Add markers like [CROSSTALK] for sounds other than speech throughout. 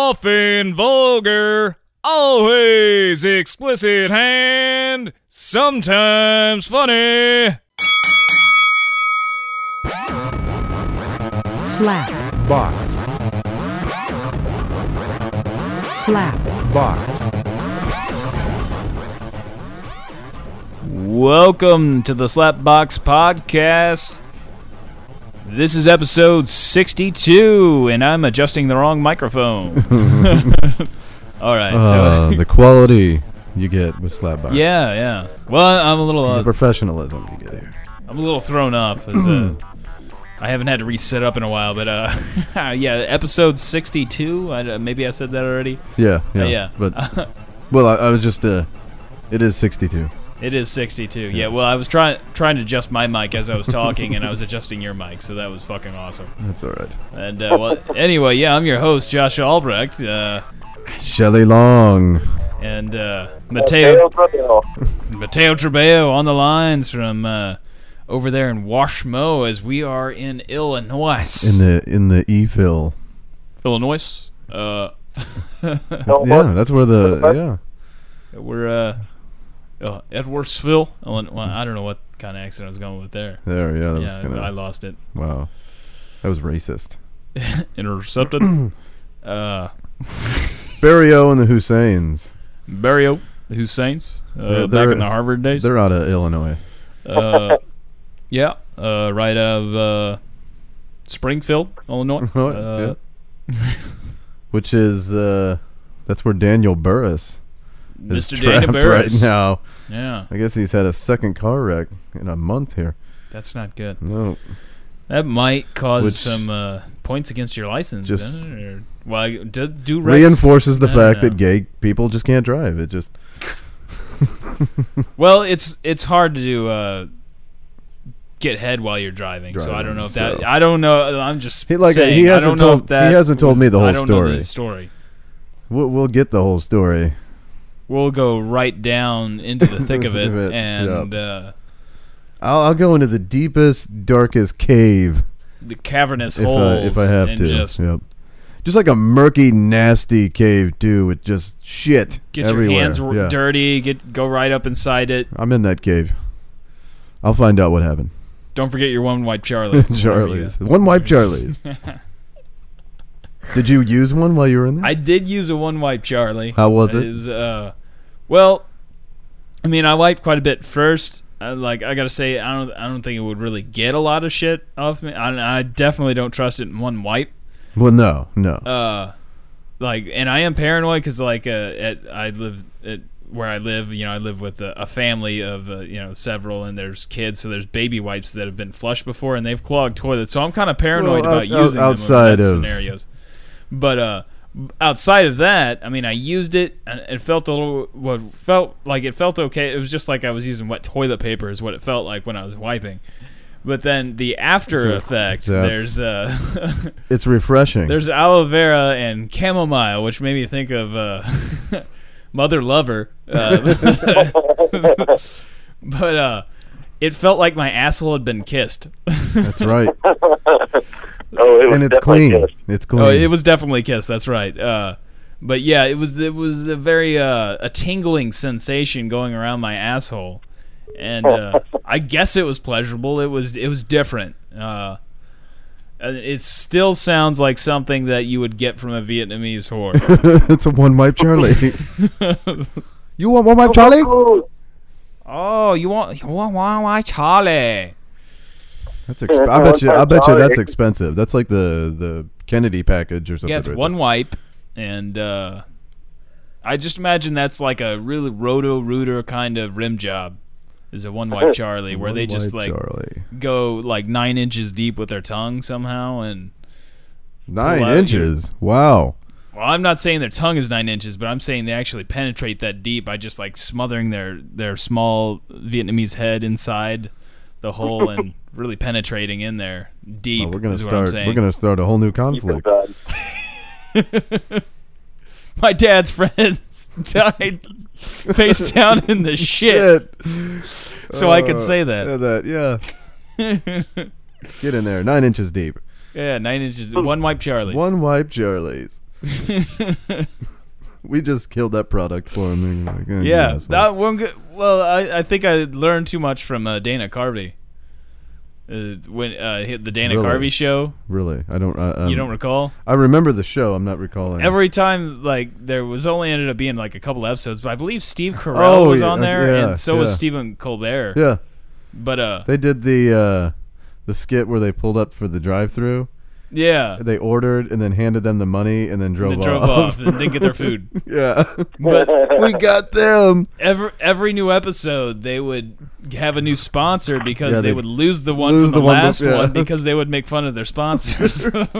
often vulgar, always explicit, and sometimes funny. slap, box, slap, box. Welcome to the Slapbox Podcast. This is episode 62, and I'm adjusting the wrong microphone. All right, [LAUGHS] Uh, so the quality you get with Slapbox. yeah, yeah. Well, I'm a little, The uh, professionalism you get here. I'm a little thrown off. As, uh, I haven't had to reset up in a while, but uh, [LAUGHS] yeah, episode 62. I, uh, maybe I said that already. Yeah, yeah. Uh, yeah. [LAUGHS] But well, I, I was just uh, it is 62. It is 62. Yeah. Well, I was trying trying to adjust my mic as I was [LAUGHS] talking, and I was adjusting your mic, so that was fucking awesome. That's all right. And uh, well, anyway, yeah, I'm your host, Josh Albrecht, uh, Shelley Long. and uh, Mateo Mateo. [LAUGHS] Mateo Trebeo on the lines from uh, over there in Washmo, as we are in Illinois. In the in the Evil. Illinois, uh, Yeah, that's where the yeah. we're uh, oh, Edwardsville, Illinois. Well, I don't know what kind of accent I was going with there. There, yeah, that was Yeah, kinda I lost it. wow. That was racist. Intercepted. [CLEARS THROAT] uh, Barrio and the Husseins. Barrio, the Husseins, uh, They're- back they're- in the Harvard days. They're out of Illinois. Uh, yeah, uh, right out of uh, Springfield, Illinois. Oh, Uh, Which is uh that's where Daniel Burris is Mr. Dana trapped Barris. right now. Yeah, I guess he's had a second car wreck in a month here. that's not good. No, That might cause Which- some uh, points against your license. Just- huh? Or- well, I- do, do wrecks- reinforces the I fact don't that know. gay people just can't drive. It just well, it's it's hard to uh, get head while you're driving. so I Driving, don't know if that. so- I don't know. I'm just He, like, saying, he I hasn't don't know told- if that he hasn't told was- me the whole I don't know story. the story. we'll, we'll get the whole story. We'll go right down into the [LAUGHS] thick of it, Of it, and uh, I'll, I'll go into the deepest, darkest cave the cavernous if I, holes. if I have and to. Just yep. Just like a murky, nasty cave too, with just shit get everywhere. your hands r- yeah. dirty. Get go right up inside it. I'm in that cave. I'll find out what happened. Don't forget your one wipe Charlie. [LAUGHS] Charlie's one [LAUGHS] wipe. Charlie's. Did you use one while you were in there? I did use a one wipe Charlie. How was it? Is, uh, well, I mean, I wiped quite a bit first. I, like I gotta say, I don't, I don't think it would really get a lot of shit off me. I, I definitely don't trust it in one wipe. well, no, no. uh like and i am paranoid because like uh at i live at where i live you know i live with a, a family of uh, you know several and there's kids so there's baby wipes that have been flushed before and they've clogged toilets so i'm kind of paranoid Well, about out- out- using outside them of- in scenarios but uh outside of that i mean i used it and it felt a little what felt like it felt okay it was just like i was using wet toilet paper is what it felt like when i was wiping but then the after effect That's- there's uh [LAUGHS] it's refreshing. There's aloe vera and chamomile, which made me think of uh, [LAUGHS] Mother Lover. Uh, [LAUGHS] but uh, it felt like my asshole had been kissed. [LAUGHS] That's [LAUGHS] right. Oh, it was and it's definitely clean. Just, It's clean. oh, [LAUGHS] it was definitely kissed. That's right. Uh, but yeah, it was it was a very uh, a tingling sensation going around my asshole, and uh, I guess it was pleasurable. It was it was different. Uh, and it still sounds like something that you would get from a Vietnamese whore. it's a one [LAUGHS] wipe Charlie. you want one wipe Charlie? Ooh, Oh, you want you want why why Charlie? That's exp- I bet you. I bet you that's expensive. That's like the the Kennedy package or something. Yeah, it's right one wipe, and uh, I just imagine that's like a really roto rooter kind of rim job. Is a one [LAUGHS] wipe Charlie there. where they One just wipe like Charlie. go like nine inches deep with their tongue somehow and. out nine your- inches. Wow. Well, I'm not saying their tongue is nine inches, but I'm saying they actually penetrate that deep by just like smothering their their small Vietnamese head inside the [LAUGHS] hole and really penetrating in there deep. Oh, we're gonna is What I'm start. saying. We're gonna start a whole new you feel [LAUGHS] conflict. bad. my dad's friends [LAUGHS] died [LAUGHS] face down in the shit. Shit. So I could Uh, say that. Yeah, that. Yeah. [LAUGHS] Get in there. Nine inches deep. Yeah, nine inches. One wipe Charlie's. [LAUGHS] One wipe Charlie's. we just killed that product for him. And you're like, eh, you yeah, assholes. that one. Good, well, I, I think I learned too much from uh, Dana Carvey. Uh, when uh, hit the Dana Really? Carvey show, really. I don't. I, um, you don't recall. I remember the show. I'm not recalling. Every time, like there was only ended up being like a couple episodes, but I believe Steve Carell Oh, was yeah, on there, yeah, and so was yeah. Stephen Colbert. yeah, But uh, they did the uh, the skit where they pulled up for the drive-through. yeah, They ordered and then handed them the money and then drove they drove off. off and didn't get their food. [LAUGHS] yeah, But we got them. every every new episode they would have a new sponsor because Yeah, they they'd would lose the one lose from the, the one bef- last yeah. one because they would make fun of their [LAUGHS] sponsors. [LAUGHS] Sounds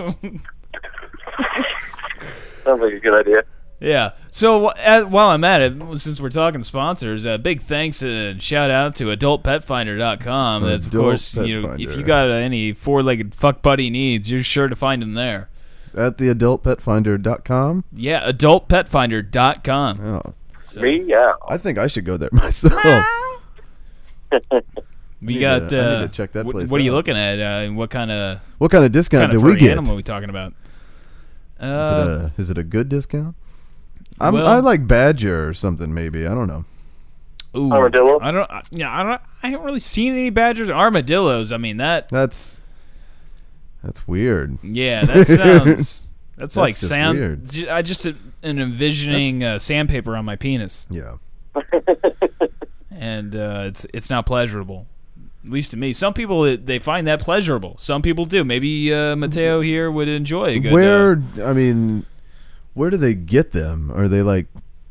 like a good idea. yeah. So wh- at, while I'm at it, since we're talking sponsors, uh, big thanks and shout out to AdultPetFinder.com. That's of Adult course Pet you know, if Finder. you got uh, any four-legged fuck buddy needs, you're sure to find him there. At the adultpetfinder.com. Yeah, AdultPetFinder.com. Oh, So Me, yeah. I think I should go there [LAUGHS] myself. we need got. to- I need uh, to check that wh- place What are you out. looking at? Uh, and what kind of What kind of discount kind did of we furry get? animal are we talking about? Is Uh, it, a, is it a good discount? I'm, Well- I like Badger or something, maybe. I don't know. Ooh, Armadillo? I don't. I, yeah, I don't. I haven't really seen any badgers or armadillos. I mean that. That's that's weird. Yeah, [LAUGHS] that sounds. That's, like just sound. weird. ju- I just am envisioning uh, sandpaper on my penis, Yeah. and uh, it's it's not pleasurable. At least to me, some people it- they find that pleasurable. Some people do. Maybe uh, Mateo here would enjoy a good. uh, where I mean, where do they get them? Are they like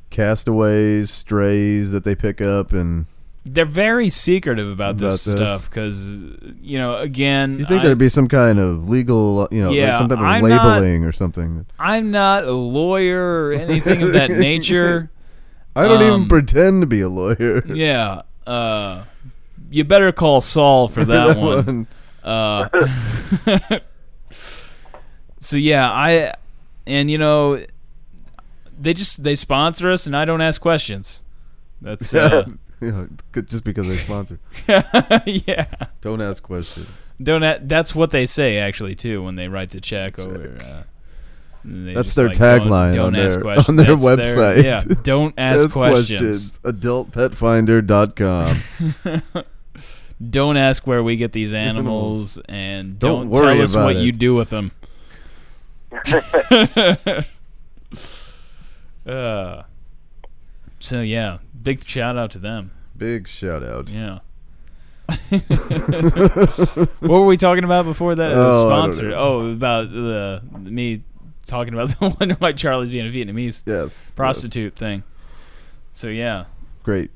castaways, strays that they pick up? And they're very secretive about, this, About this. stuff because you know. Again, you think I- there'd be some kind of legal, uh, you know, Yeah, like some type of I'm not- labeling or something? I'm not a lawyer or anything of [LAUGHS] that nature. I don't Um, even pretend to be a lawyer. Yeah. Uh, you better call Saul for that, [LAUGHS] one. Uh, so yeah, I and you know they just they sponsor us and I don't ask questions. That's [LAUGHS] uh, [LAUGHS] Yeah, good- just because they sponsor. yeah. Don't ask questions. Don't a- that's what they say actually too when they write the check over. Uh, and they That's just, their like, don't- tagline Don't, on ask their- questions. on their That's website. yeah, [LAUGHS] don't ask, questions. [LAUGHS] Adultpetfinder.com. don't ask where we get these [LAUGHS] animals and don't, Don't worry tell us about what it. you do with [LAUGHS] them. [LAUGHS] uh, so yeah, big shout out to them. Big shout out. Yeah. [LAUGHS] what were we talking about before that Oh, I uh, don't sponsor? know. Oh, about the me talking about [LAUGHS] the Wonder Why Charlie's being a Vietnamese Yes. prostitute thing. So yeah, yes. Great.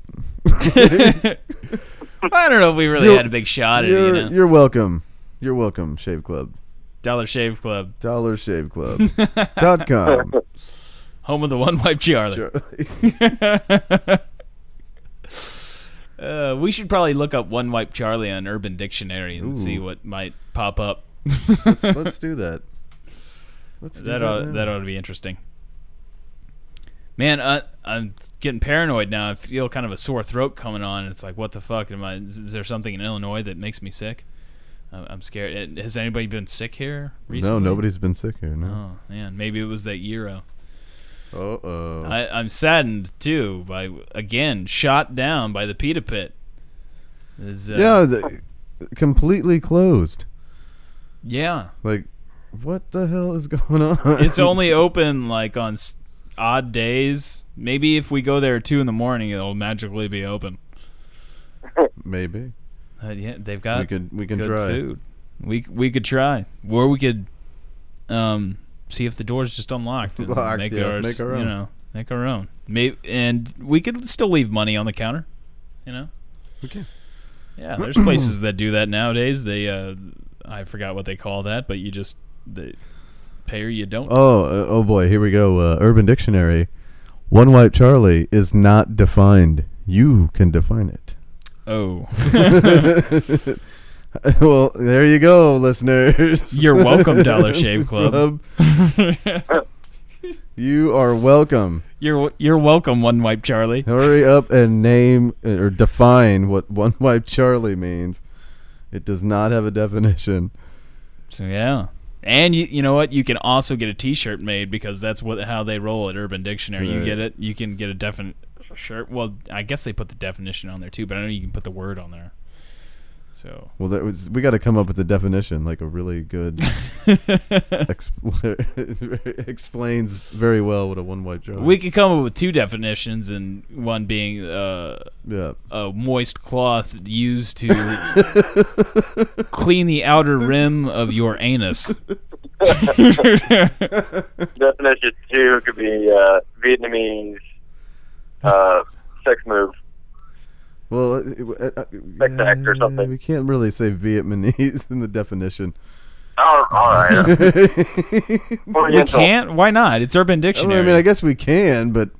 I don't know if we really You're- had a big shot at it. You You're, know? you're welcome. You're welcome, Shave Club. Dollar Shave Club, Dollar [LAUGHS] Shave Club. dot com. [LAUGHS] home of the one wipe Charlie. Uh, we should probably look up one wipe Charlie on Urban Dictionary and Ooh. see what might pop up. let's, let's do that. Let's do That that. ought, that now. ought to be interesting. Man, I, I'm getting paranoid now. I feel kind of a sore throat coming on. It's like, what the fuck? Am I? Is, is there something in Illinois that makes me sick? I'm, I'm scared. Uh, Has anybody been sick here recently? no, nobody's been sick here. No. Oh man, maybe it was that euro. Uh oh. I, I'm saddened too by again shot down by the pita pit. Is, uh, yeah, the, completely closed. yeah. Like, what the hell is [LAUGHS] going on? It's only open like on s- odd days. Maybe if we go there at two in the morning, it'll magically be open. maybe Uh, yeah, they've we got can we can good try. food. We we could try, or we could um see if the door's just unlocked. and Locked, make, yeah, ours, make our You own. know, make our own. Maybe, and we could still leave money on the counter. You know. We can. Yeah, there's places that do that nowadays. They, uh, I forgot what they call that, but you just they pay or you don't. Oh, uh, oh boy, here we go. Uh, Urban Dictionary. One wipe Charlie is not defined. You can define it. [LAUGHS] Oh, well, there you go, listeners. [LAUGHS] you're welcome, Dollar Shave Club. Club. you are welcome. You're you're welcome, One Wipe Charlie. Hurry up and name uh, or define what one wipe Charlie means. It does not have a definition. So yeah, And you, you know what? You can also get a T-shirt made because that's what how they roll at Urban Dictionary. You Right. get it. You can get a definite shirt. Well, I guess they put the definition on there too, but I know you can put the word on there. So [LAUGHS] Well, that was, we got to come up with a definition, like a really good expl- [LAUGHS] explains very well what a one white Charlie. we could come up with two definitions, and one being uh, yeah, a moist cloth used to clean the outer rim of your anus. [LAUGHS] Definition two could be uh, Vietnamese uh, sex move. Well, it- it- uh, Like the heck or yeah, something. We can't really say Vietnamese [LAUGHS] in the definition. Oh, [LAUGHS] all right. we can't. Why not? It's Urban I Dictionary. mean, I guess we can, but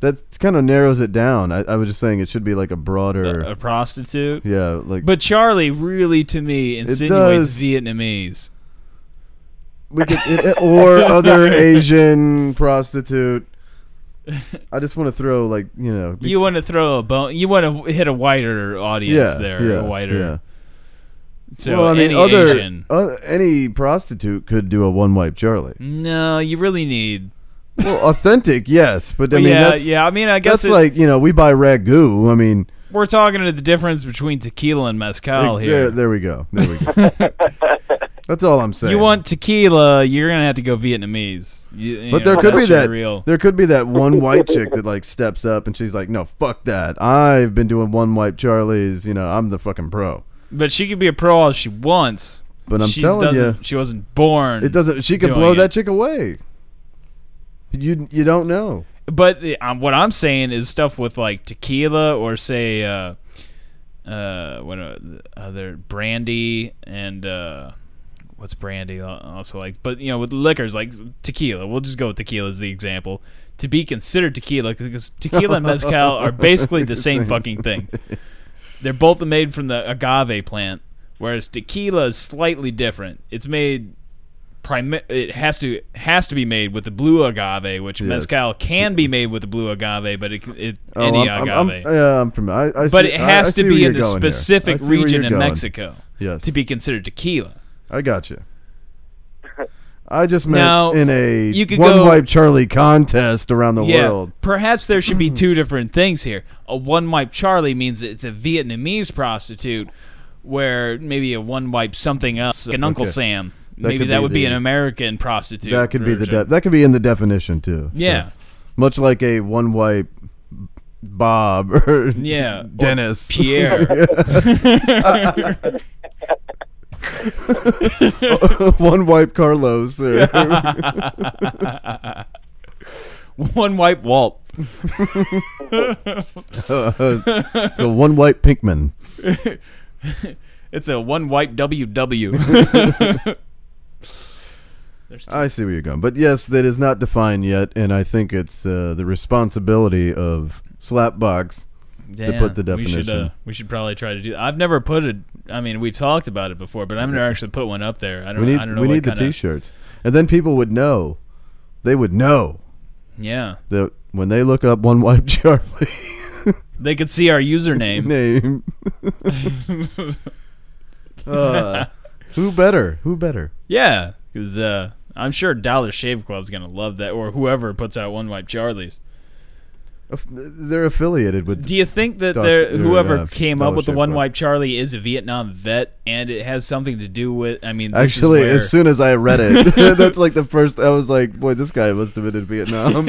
that kind of narrows it down. I, I was just saying it should be like a broader, a prostitute. yeah, like Uh, But Charlie really, to me, insinuates does. Vietnamese. we [LAUGHS] could, it- or other [LAUGHS] Asian prostitute. I just want to throw like you know, be- You want to throw a bone. You want to hit a wider audience there. a wider. yeah. So well, I mean, any other, Asian. oth- any prostitute could do a one wipe Charlie. Mm. No, you really need. well, authentic, yes, but I mean yeah, that's yeah. I mean, I guess that's it, like you know we buy ragu. I mean, we're talking to the difference between tequila and mezcal like, Oh, here. there, there we go, there we go. [LAUGHS] that's all I'm saying. you want tequila, you're gonna have to go Vietnamese. You- you But know, there could be that's your that real. there could be that one white chick that like steps up and she's like, "No, fuck that. I've been doing one wipe Charlies. You know, I'm the fucking pro." But she could be a pro all she wants. But I'm she telling you, doesn't, she wasn't born. it doesn't. She could doing blow it. that chick away. You you don't know. But uh, um, what I'm saying is stuff with like tequila or say uh, uh, what are the other brandy and uh, what's brandy al- also like. But you know, with liquors like tequila, we'll just go with tequila as the example to be considered tequila because tequila and mezcal are basically the same fucking [LAUGHS] thing. They're both made from the agave plant, whereas tequila is slightly different. It's made primi- it has to has to be made with the blue agave, which mezcal can [LAUGHS] be made with the blue agave, but it, it Oh, any I'm, agave. I'm- I'm, yeah, I'm familiar. I, I but see- it I- I has see to where be you're in a going there. I specific see where region you're in going. Mexico Yes, to be considered tequila. I got you. I just meant Now, in a you could one go- wipe Charlie contest around the world. Perhaps there should [CLEARS THROAT] be two different things here. A one wipe Charlie means it's a Vietnamese prostitute, where maybe a one wipe something else, like an Uncle Okay. Sam. That maybe could that be would be the- an American prostitute. That could be the de- version. that could be in the definition too. So, Yeah. [LAUGHS] much like a one wipe Bob or Yeah. or Dennis. [LAUGHS] Pierre. [LAUGHS] [LAUGHS] one wipe Carlos. Or, [LAUGHS] one wipe Walt. it's a one wipe Pinkman. It's a one wipe WW. There's two. I see where you're going, but yes, that is not defined yet, and I think it's uh, the responsibility of Slapbox. Yeah, put the We should, uh, definition. we should probably try to do. I've never put it. I mean, we've talked about it before, but I've never actually put one up there. I don't. We Uh, I need don't know we what need the kinda- T-shirts, and then people would know. They would know Yeah, that when they look up one [LAUGHS] wipe Charlie they could see our [LAUGHS] username. [LAUGHS] name. uh, who better? Who better? yeah, because uh, I'm sure Dollar Shave Club's gonna love that, or whoever puts out One Wipe Charlie's. Aff- They're affiliated with. Do you think that Doc- there, or, whoever uh, came Dollar up with the Shave One Club. Wipe Charlie is a Vietnam vet, and it has something to do with? I mean, this is Actually, where- as soon as I [LAUGHS] read it, [LAUGHS] that's like the first. I was like, "Boy, this guy must have been [LAUGHS] in Vietnam."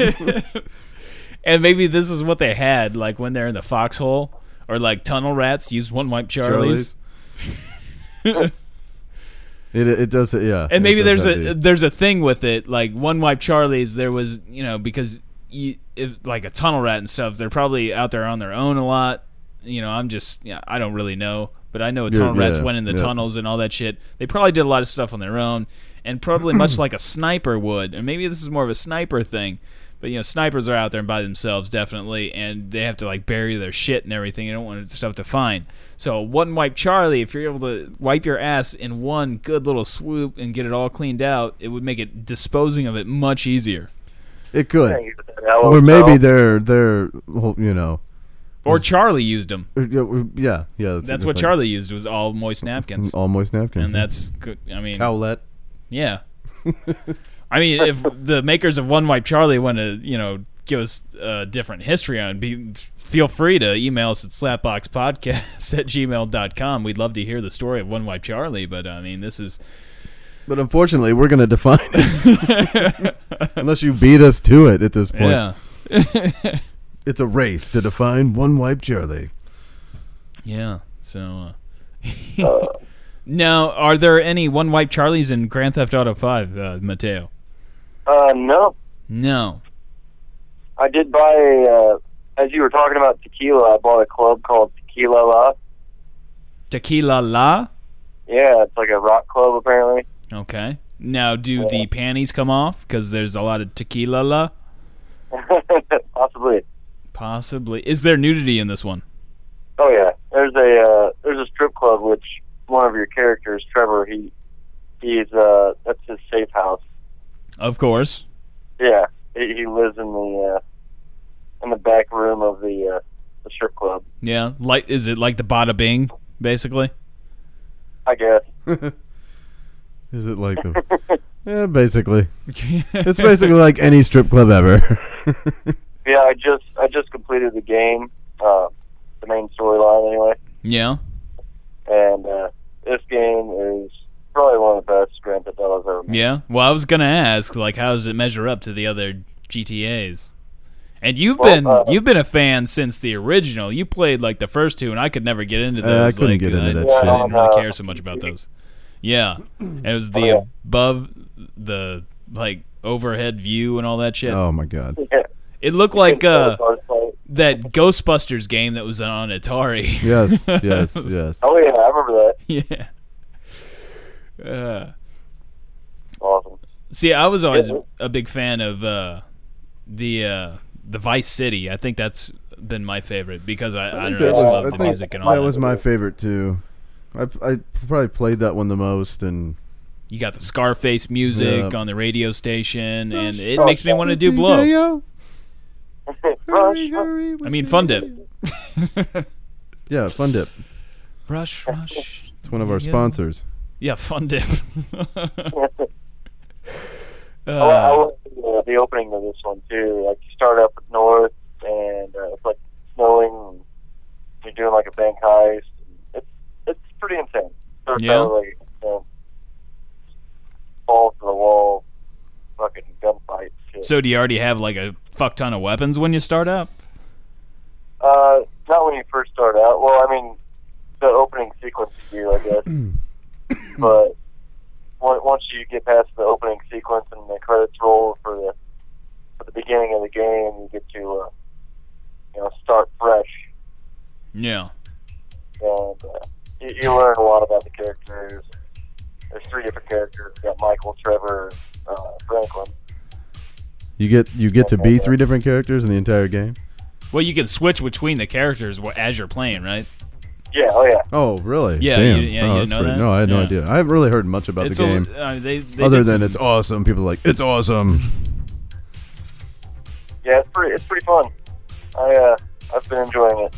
[LAUGHS] and maybe this is what they had, like when they're in the foxhole or like tunnel rats use One Wipe Charlie's. Charlie's. [LAUGHS] it it does it, yeah. and it maybe there's does a have the- there's a thing with it like one wipe charlie's there was you know because you, if, like a tunnel rat and stuff they're probably out there on their own a lot you know i'm just yeah, i don't really know but i know a tunnel rats yeah, went in the yeah. tunnels and all that shit they probably did a lot of stuff on their own and probably [CLEARS THROAT] much like a sniper would and maybe this is more of a sniper thing but you know snipers are out there by themselves definitely and they have to like bury their shit and everything you don't want stuff to find so one wipe charlie if you're able to wipe your ass in one good little swoop and get it all cleaned out it would make it disposing of it much easier it could, Hello, or maybe Charles. they're they're well, you know, or charlie used them or, yeah, yeah. That's, that's it's what like charlie used was all moist napkins All moist napkins, and that's good- i mean towelette. yeah I mean, if the makers of One Wipe Charlie want to, you know, give us a different history on, it, be feel free to email us at slapboxpodcast [LAUGHS] at gmail.com. We'd love to hear the story of One Wipe Charlie, but I mean, this is But unfortunately, we're going to define it. [LAUGHS] Unless you beat us to it at this point. yeah, It's a race to define one wipe Charlie. yeah. So, uh, [LAUGHS] now, are there any One Wipe Charlies in Grand Theft Auto Five, uh, Mateo? Uh, no, No. I did buy a. Uh, as you were talking about tequila, I bought a club called Tequila La. Tequila La. Yeah, it's like a rock club apparently. [LAUGHS] Okay. Now, do the panties come off? Because there's a lot of tequila la. Possibly. Possibly. Is there nudity in this one? Oh yeah, there's a uh, there's a strip club which one of your characters, Trevor, he he's uh that's his safe house. Of course. Yeah, he, he lives in the uh, in the back room of the uh, the strip club, Yeah. Like, is it like the Bada Bing, basically? I guess. Is it like the. yeah, [LAUGHS] basically. It's basically like any strip club ever. Yeah, I just I just completed the game, uh, the main storyline anyway, yeah. and uh, this game is probably one of the best Grand Theft Auto's ever. made. Yeah. Well, I was gonna ask, like, how does it measure up to the other GTA's? And you've Well, been uh, you've been a fan since the original. You played like the first two, and I could never get into Uh, I those. couldn't like, get into I, that I shit. didn't really Uh, care so much about those. Yeah, and it was the Oh, yeah. above the like overhead view and all that shit. oh, my God. Yeah. It looked like uh, I was like, that Ghostbusters game that was on Atari. [LAUGHS] Yes, yes, yes. oh yeah, I remember that. yeah. Uh, Awesome. [LAUGHS] see, I was always Yeah. a big fan of uh, the uh, the Vice City. I think that's been my favorite because I, I, think don't know, I that just was- love I the think music and all that that. was my favorite too. I, I probably played that one the most, and you got the Scarface music Yeah. on the radio station, and it Oh, makes me want to do blow. Rush, I mean, Fun Dip. Yeah, Fun Dip. Rush, rush. It's one of our Yeah. sponsors. Yeah, Fun Dip. [LAUGHS] I, I Uh, like the, uh, the opening of this one too. Like you start up north, and uh, it's like snowing. And you're doing like a bank heist. It's it's pretty intense. They're Yeah. kinda Like, you know, fall to the wall, fucking gunfights. shit. so, do you already have like a fuck ton of weapons when you start up? uh, not when you first start out. Well, I mean, the opening sequence is you, I guess. but on- once you get past the opening sequence and the credits roll for the for the beginning of the game, you get to uh, you know start fresh Yeah. and uh, you, you learn a lot about the characters. There's three different characters. You got Michael, Trevor, uh, Franklin. You get you get to be three different characters in the entire game. Well, you can switch between the characters wh- as you're playing, right? Yeah. Oh yeah. Oh, really? Yeah, Damn. you- yeah, oh, you that's know pretty, that? No, I had no Yeah. idea. I haven't really heard much about it's the game A, uh, they, they other did than some- it's awesome. People are like it's awesome. Yeah. It's pretty. It's pretty fun. I uh, I've been enjoying it.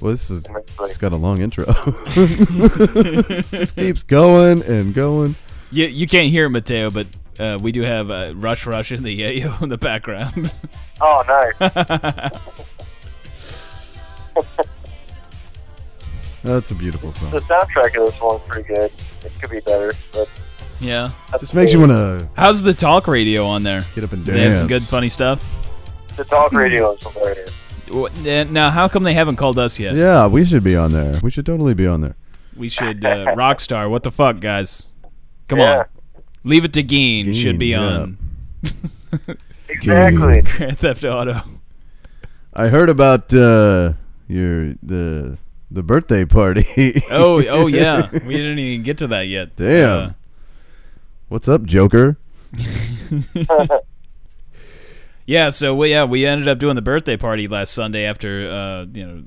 Well, this is And it's like- it's got a long intro. [LAUGHS] [LAUGHS] Just keeps going and going. you, you can't hear it, Mateo, but uh, we do have uh, Rush Rush in the [LAUGHS] yayo in the background. [LAUGHS] Oh, nice. That's a beautiful the song. soundtrack of this one's pretty good. It could be better, but yeah. Just makes you want to How's the talk radio on there? get up and Do dance. They have some good funny stuff. the talk radio is hilarious. Wh- uh, Now, how come they haven't called us yet? Yeah, we should be on there. We should totally be on there. We should uh, Rockstar. What the fuck, guys? Come Yeah. on, leave it to Geen. should be Geen, yeah. on [LAUGHS] Exactly. Grand Theft Auto. I heard about uh, your the the birthday party. Oh, oh yeah. [LAUGHS] We didn't even get to that yet. Damn. Uh, What's up, Joker? Yeah, so we yeah we ended up doing the birthday party last Sunday after uh, you know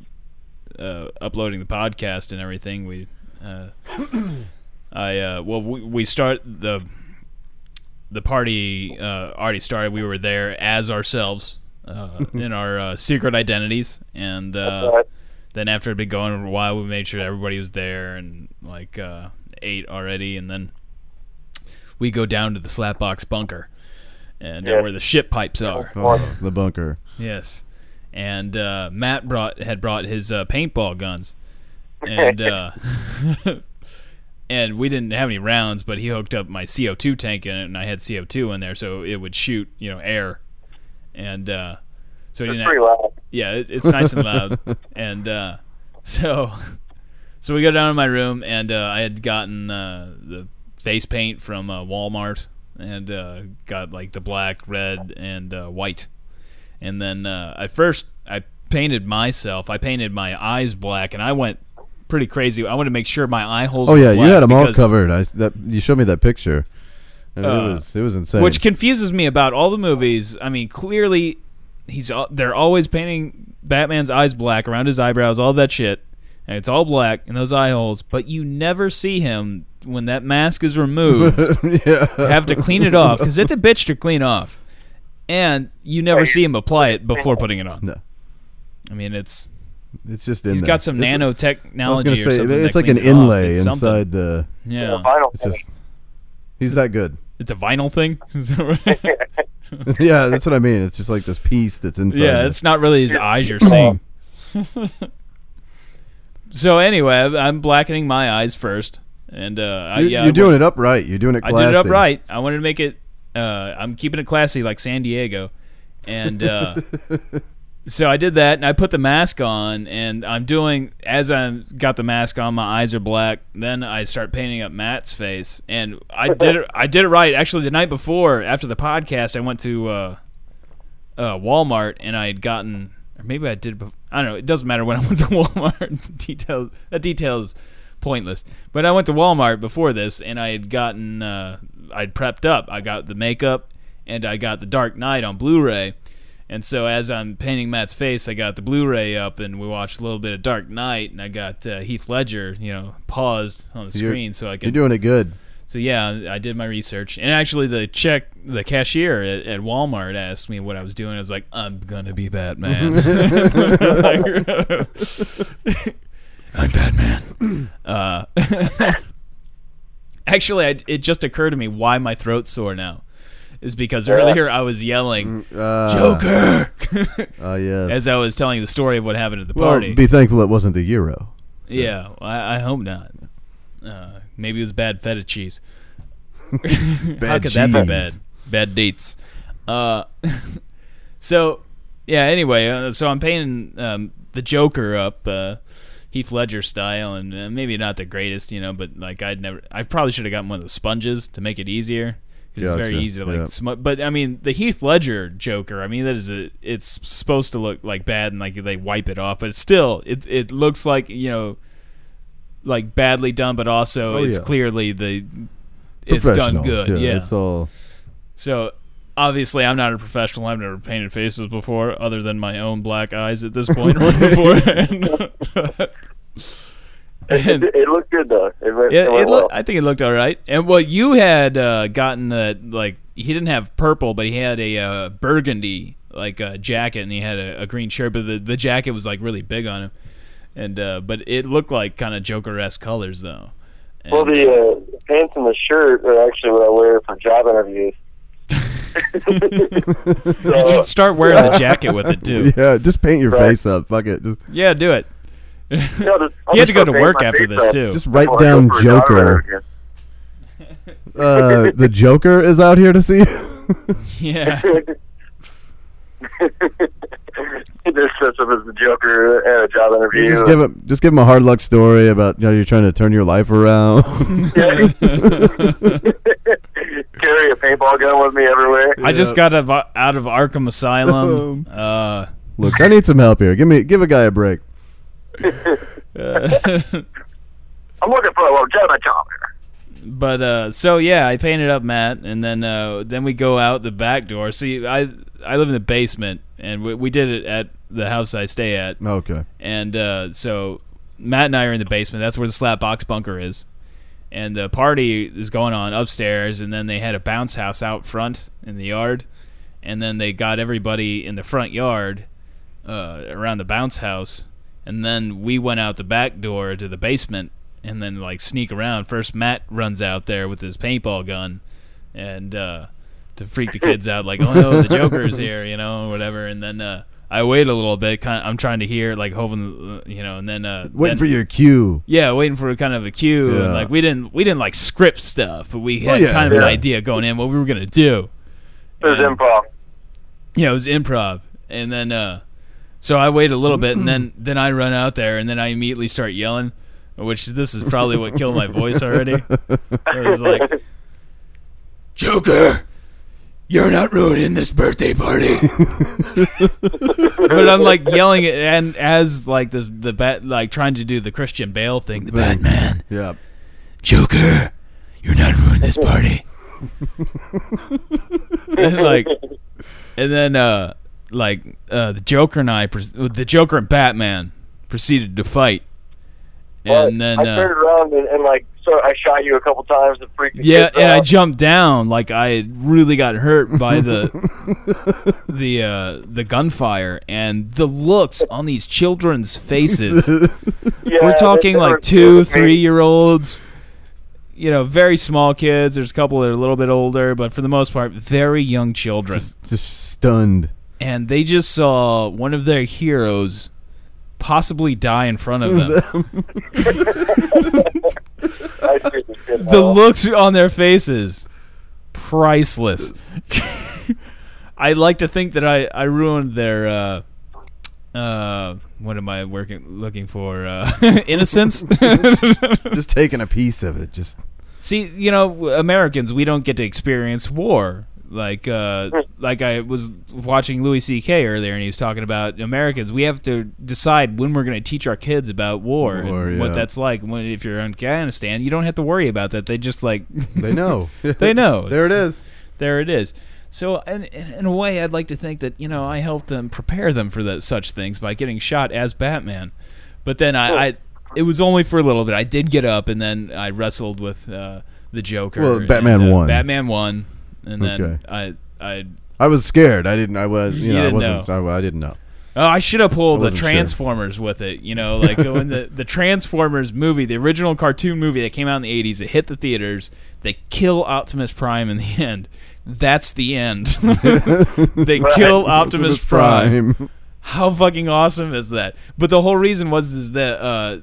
uh, uploading the podcast and everything. We uh, [COUGHS] I uh, well we, we start the the party uh, already started. We were there as ourselves uh, in our uh, secret identities, and uh, But then after it'd been going for a while, we made sure everybody was there and like uh, ate already, and then we go down to the slapbox bunker, and uh, Yeah. where the shit pipes are. Oh, the bunker. Yes, and uh, Matt brought had brought his uh, paintball guns, and uh, [LAUGHS] and we didn't have any rounds, but he hooked up my CO two tank in it, and I had CO two in there, so it would shoot you know air, and uh, so he It's didn't. pretty loud. yeah, it, it's nice and [LAUGHS] loud, and uh, so so we go down to my room, and uh, I had gotten uh, the face paint from uh, Walmart, and uh, got like the black, red, and uh, white, and then uh, I first I painted myself. I painted my eyes black, and I went pretty crazy. I wanted to make sure my eye holes. Oh were yeah, you black had them all because- covered. I s- that you showed me that picture. And Uh, it was it was insane. Which confuses me about all the movies. I mean, clearly, he's al- they're always painting Batman's eyes black around his eyebrows, all that shit, and it's all black in those eye holes. But you never see him when that mask is [LAUGHS] removed. [LAUGHS] yeah. have to clean it off because it's a bitch to clean off, and you never see him apply it before putting it on. No. I mean, it's It's just in he's there. got some It's- I was nanotechnology gonna or say, something. It's that like an cleans it off. inlay It's something. inside the. Yeah, The final It's thing. just. He's [LAUGHS] that good. [LAUGHS] it's a vinyl thing. Is that right? yeah, that's what I mean. It's just like this piece that's inside. Yeah, the- it's not really his eyes you're Uh-huh. seeing. [LAUGHS] so anyway, I'm- I'm blackening my eyes first, and uh, I, You, yeah, you're I doing it upright. You're doing it I classy. did it upright. I wanted to make it. Uh, I'm keeping it classy, like San Diego, and [LAUGHS] uh, so I did that, and I put the mask on, and I'm doing as I got the mask on. My eyes are black. Then I start painting up Matt's face, and I did it. I did it right. Actually, the night before, after the podcast, I went to uh, uh, Walmart, and I had gotten, or maybe I did. bef- I don't know. It doesn't matter when [LAUGHS] I went to Walmart. [LAUGHS] The details that details pointless. But I went to Walmart before this, and I had gotten, uh, I'd prepped up. I got the makeup, and I got the Dark Knight on Blu-ray. And so as I'm painting Matt's face, I got the Blu-ray up, and we watched a little bit of Dark Knight, and I got uh, Heath Ledger, you know, paused on the you're- screen so I You're could doing it good. so yeah, I did my research, and actually, the check, the cashier at, at Walmart asked me what I was doing. I was like, "I'm gonna be Batman." I'm Batman. [LAUGHS] Uh, actually, I, it just occurred to me why my throat's sore now is because earlier I was yelling Uh, "Joker" Oh [LAUGHS] yes. as I was telling the story of what happened at the well, party. be thankful it wasn't the euro. Yeah, I, I hope not. Uh, maybe it was bad feta cheese. How Bad could that be cheese. bad? Bad dates. Uh, [LAUGHS] so yeah. Anyway, uh, so I'm painting um, the Joker up, uh, Heath Ledger style, and uh, maybe not the greatest, you know, but like I'd never, I probably should have gotten one of the sponges to make it easier. 'cause It's very Gotcha, easy to like yeah. smu- but I mean the Heath Ledger Joker. I mean that is a, it's supposed to look like bad and like they wipe it off, but it's still it it looks like you know like badly done, but also Oh, it's yeah. clearly the it's done Professional. good. Yeah, [LAUGHS] It's all. so obviously I'm not a professional. I've never painted faces before, other than my own black eyes at this [LAUGHS] point [LAUGHS] right beforehand. It, And- it looked good though. It, went- yeah, it went it well. look, I think it looked all right. And what you had uh, gotten that like he didn't have purple, but he had a uh, burgundy like uh, jacket, and he had a, a green shirt. But the, the jacket was like really big on him, and uh, but it looked like kind of Joker esque colors though. And, Well, the uh, pants and the shirt are actually what I wear for job interviews. you so, should start wearing the jacket with it [LAUGHS] too. [LAUGHS] Yeah, just paint your Right. face up. Fuck it. Just, Yeah, do it. no, this- I'll You had just to go to paint work my after face this up too. just write before I go down for a job Joker. interview. [LAUGHS] Uh, the Joker is out here to see. you. [LAUGHS] yeah. [LAUGHS] This sets up as the Joker at a job interview. You just give him just give him a hard luck story about you know you're trying to turn your [LAUGHS] life around. [LAUGHS] carry a paintball gun with me everywhere. I just got av- out of Arkham Asylum. Um, Uh, Look, I need some help here. Give me give a guy a break. I'm looking for a longevitometer. but uh, so yeah, I painted up Matt, and then uh, then we go out the back door. See, I I live in the basement, and we, we did it at the house I stay at, Okay. and uh, so Matt and I are in the basement. That's where the slap box bunker is. And the party is going on upstairs, and then they had a bounce house out front in the yard, and then they got everybody in the front yard uh, around the bounce house, and then we went out the back door to the basement and then like sneak around. First, Matt runs out there with his paintball gun, and uh, to freak the kids out, like, oh no, the Joker's here, you know, or whatever. And then uh, I wait a little bit. Kind of, I'm trying to hear, like, hoping, uh, you know, and then uh, Waiting then- for your cue. yeah, waiting for kind of a cue. Yeah. And like we didn't we didn't like script stuff, but we Oh, had yeah, kind of an yeah. idea going in what we were gonna do. It was Yeah. improv. Yeah, it was improv, and then uh, so I wait a little bit, and [CLEARS THROAT] then then I run out there, and then I immediately start yelling, which this is probably what killed my voice already. It was like, [LAUGHS] Joker, you're not ruining this birthday party. but I'm like yelling it, and as like this the bat like trying to do the Christian Bale thing, the Batman. [LAUGHS] Yeah. Joker, you're not ruining this party. [LAUGHS] and like, and then uh, like uh, the Joker and I, pres- the Joker and Batman proceeded to fight, But and then I uh, turned around and, and like so I shot you a couple times and freaked. The yeah, kids and I out. jumped down like I had really got hurt by the the uh, the gunfire and the looks on these children's faces. Yeah, we're they- talking they like were two, with me. three year olds. You know, very small kids. There's a couple that are a little bit older, but for the most part, very young children. Just stunned. And they just saw one of their heroes possibly die in front of them. I freaked the [LAUGHS] kids the out. looks on their faces, priceless. [LAUGHS] I like to think that I, I ruined their uh, uh, what am I working looking for uh, [LAUGHS] innocence. Just taking a piece of it. Just See, you know, w- Americans, we don't get to experience war. Like, uh, like I was watching Louis C.K. earlier, and he was talking about Americans. We have to decide when we're going to teach our kids about war, War, and yeah. what that's like. When if you're in Afghanistan, you don't have to worry about that. They just [LAUGHS] like they know. They know. [LAUGHS] there it It's- is. there it is. So, and, and in a way, I'd like to think that you know I helped them prepare them for that such things by getting shot as Batman. But then I, I it was only for a little bit. I did get up, and then I wrestled with uh, the Joker. Well, Batman and, uh, won. Batman won, and then Okay. I, I, I was scared. I didn't. I was. You, You know. didn't I wasn't. I, I didn't know. oh, I should have pulled the wasn't sure. Transformers with it. You know, like when [LAUGHS] the the Transformers movie, the original cartoon movie that came out in the '80s, it hit the theaters. They kill Optimus Prime in the [LAUGHS] end. That's the end. [LAUGHS] they kill Optimus Prime. How fucking awesome is that? But the whole reason was is that uh,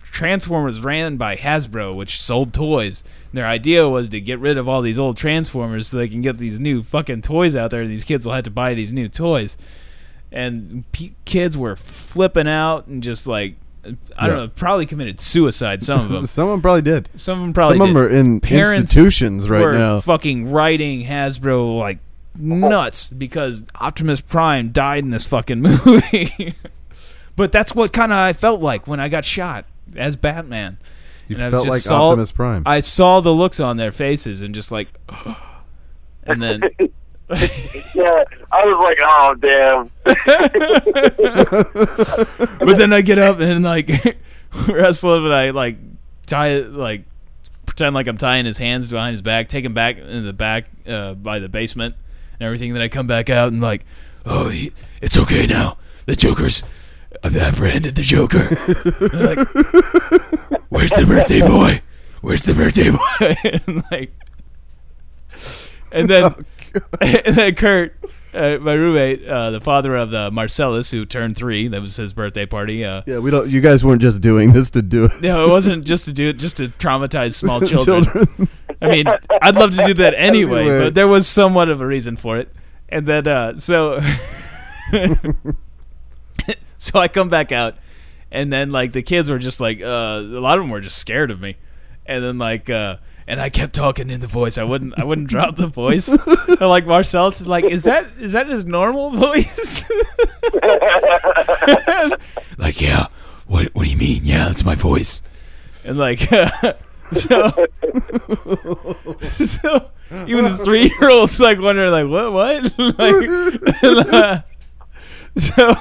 Transformers ran by Hasbro, which sold toys. And their idea was to get rid of all these old Transformers so they can get these new fucking toys out there, and these kids will have to buy these new toys. And p- kids were flipping out and just like, I don't Yeah. know, probably committed suicide. Some of them, Someone probably did. some of them probably. Some of did. them are in Parents institutions right were now. Fucking writing Hasbro like nuts because Optimus Prime died in this fucking [LAUGHS] movie. but that's what kind of I felt like when I got shot as Batman. you and I felt just like saw- Optimus Prime. I saw the looks on their faces and just like, [GASPS] and then Yeah, I was like, oh [LAUGHS] damn. but then I get up and like [LAUGHS] wrestle him and I like tie like pretend like I'm tying his hands behind his back, take him back in the back uh, by the basement and everything. Then I come back out and like, oh, he, it's okay now. The Joker's I've apprehended the Joker. And I'm like, where's the birthday boy? Where's the birthday boy? [LAUGHS] and like, and [LAUGHS] Oh, then [LAUGHS] and then Kurt, uh, my roommate, uh, the father of the Marcellus who turned three, that was his birthday party. Uh, yeah, we don't. You guys weren't just doing this to do it. [LAUGHS] No, it wasn't just to do it, just to traumatize small children. I mean, I'd love to do that anyway, Anyway. but there was somewhat of a reason for it. And then, uh, so, [LAUGHS] so I come back out, and then like the kids were just like, uh, a lot of them were just scared of me, and then like, uh, and I kept talking in the voice. I wouldn't, I wouldn't drop the voice. And, like Marcellus is like, is that is that his normal voice? [LAUGHS] like, yeah. What What do you mean? Yeah, that's my voice. And like, [LAUGHS] so, so [LAUGHS] even the three year olds like wondering like what [LAUGHS] what like [LAUGHS] and, uh, so.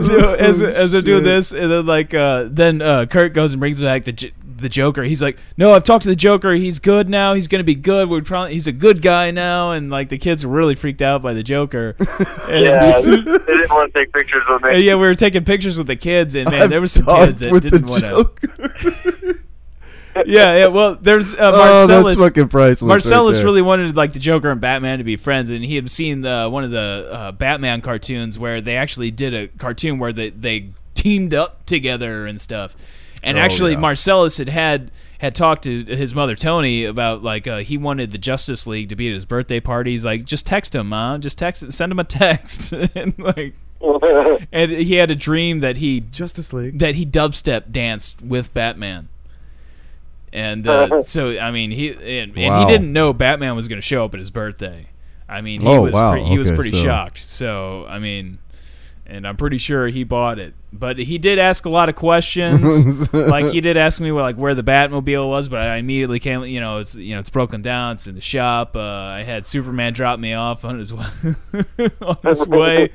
So as [LAUGHS] as I do shit. this, and then like uh, then uh, Kurt goes and brings back the J- the Joker. He's like, "No, I've talked to the Joker. He's good now. He's gonna be good. We're probably he's a good guy now." And like the kids were really freaked out by the Joker. [LAUGHS] And, Yeah, they didn't want to take pictures [LAUGHS] with and me. yeah, we were taking pictures with the kids, and man, I've there was some [LAUGHS] talked kids that with didn't the want to. Joker. yeah, yeah. Well, there's uh, oh, Marcellus. that's fucking priceless. Marcellus right there. really wanted like the Joker and Batman to be friends, and he had seen the, one of the uh, Batman cartoons where they actually did a cartoon where they, they teamed up together and stuff. And Oh, actually, yeah. Marcellus had had had talked to his mother Tony about like uh, he wanted the Justice League to be at his birthday party. He's like, just text him, ma. Just text, send him a text, [LAUGHS] and like, [LAUGHS] and he had a dream that he Justice League. that he dubstep danced with Batman. And uh, so, I mean, he and, and Wow. he didn't know Batman was going to show up at his birthday. I mean, he Oh, was wow. pre- he was Okay, pretty so- shocked. So, I mean, and I'm pretty sure he bought it, but he did ask a lot of [LAUGHS] questions. like he did ask me well, like where the Batmobile was, but I immediately came. You know, it's you know it's broken down. It's in the shop. Uh, I had Superman drop me off on his [LAUGHS] way. on his way.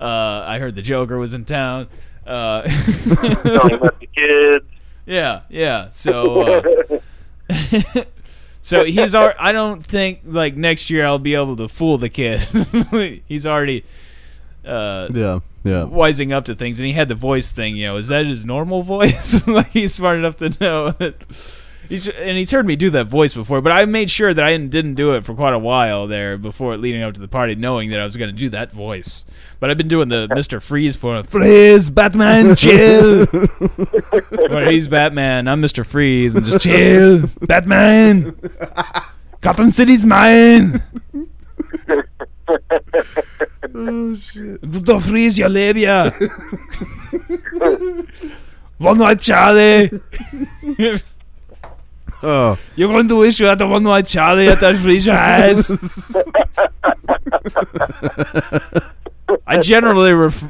Uh, I heard the Joker was in town. Uh, [LAUGHS] Telling about the kids. yeah, yeah. So, uh, [LAUGHS] so he's. Ar- I don't think like next year I'll be able to fool the kid. [LAUGHS] he's already uh, Yeah, yeah. wising up to things, and he had the voice thing. You know, is that his normal voice? [LAUGHS] like he's smart enough to know that. He's, and he's heard me do that voice before, but I made sure that I didn't, didn't do it for quite a while there before leading up to the party, knowing that I was going to do that voice. But I've been doing the Mister Freeze for Freeze Batman chill. Where he's Batman, I'm Mr. Freeze, and just chill. Batman! Gotham City's mine! [LAUGHS] Oh shit. Don't freeze your labia! one night Charlie! Oh, You're going to wish you had a one night Charlie at that freeze your [LAUGHS] eyes! I generally ref-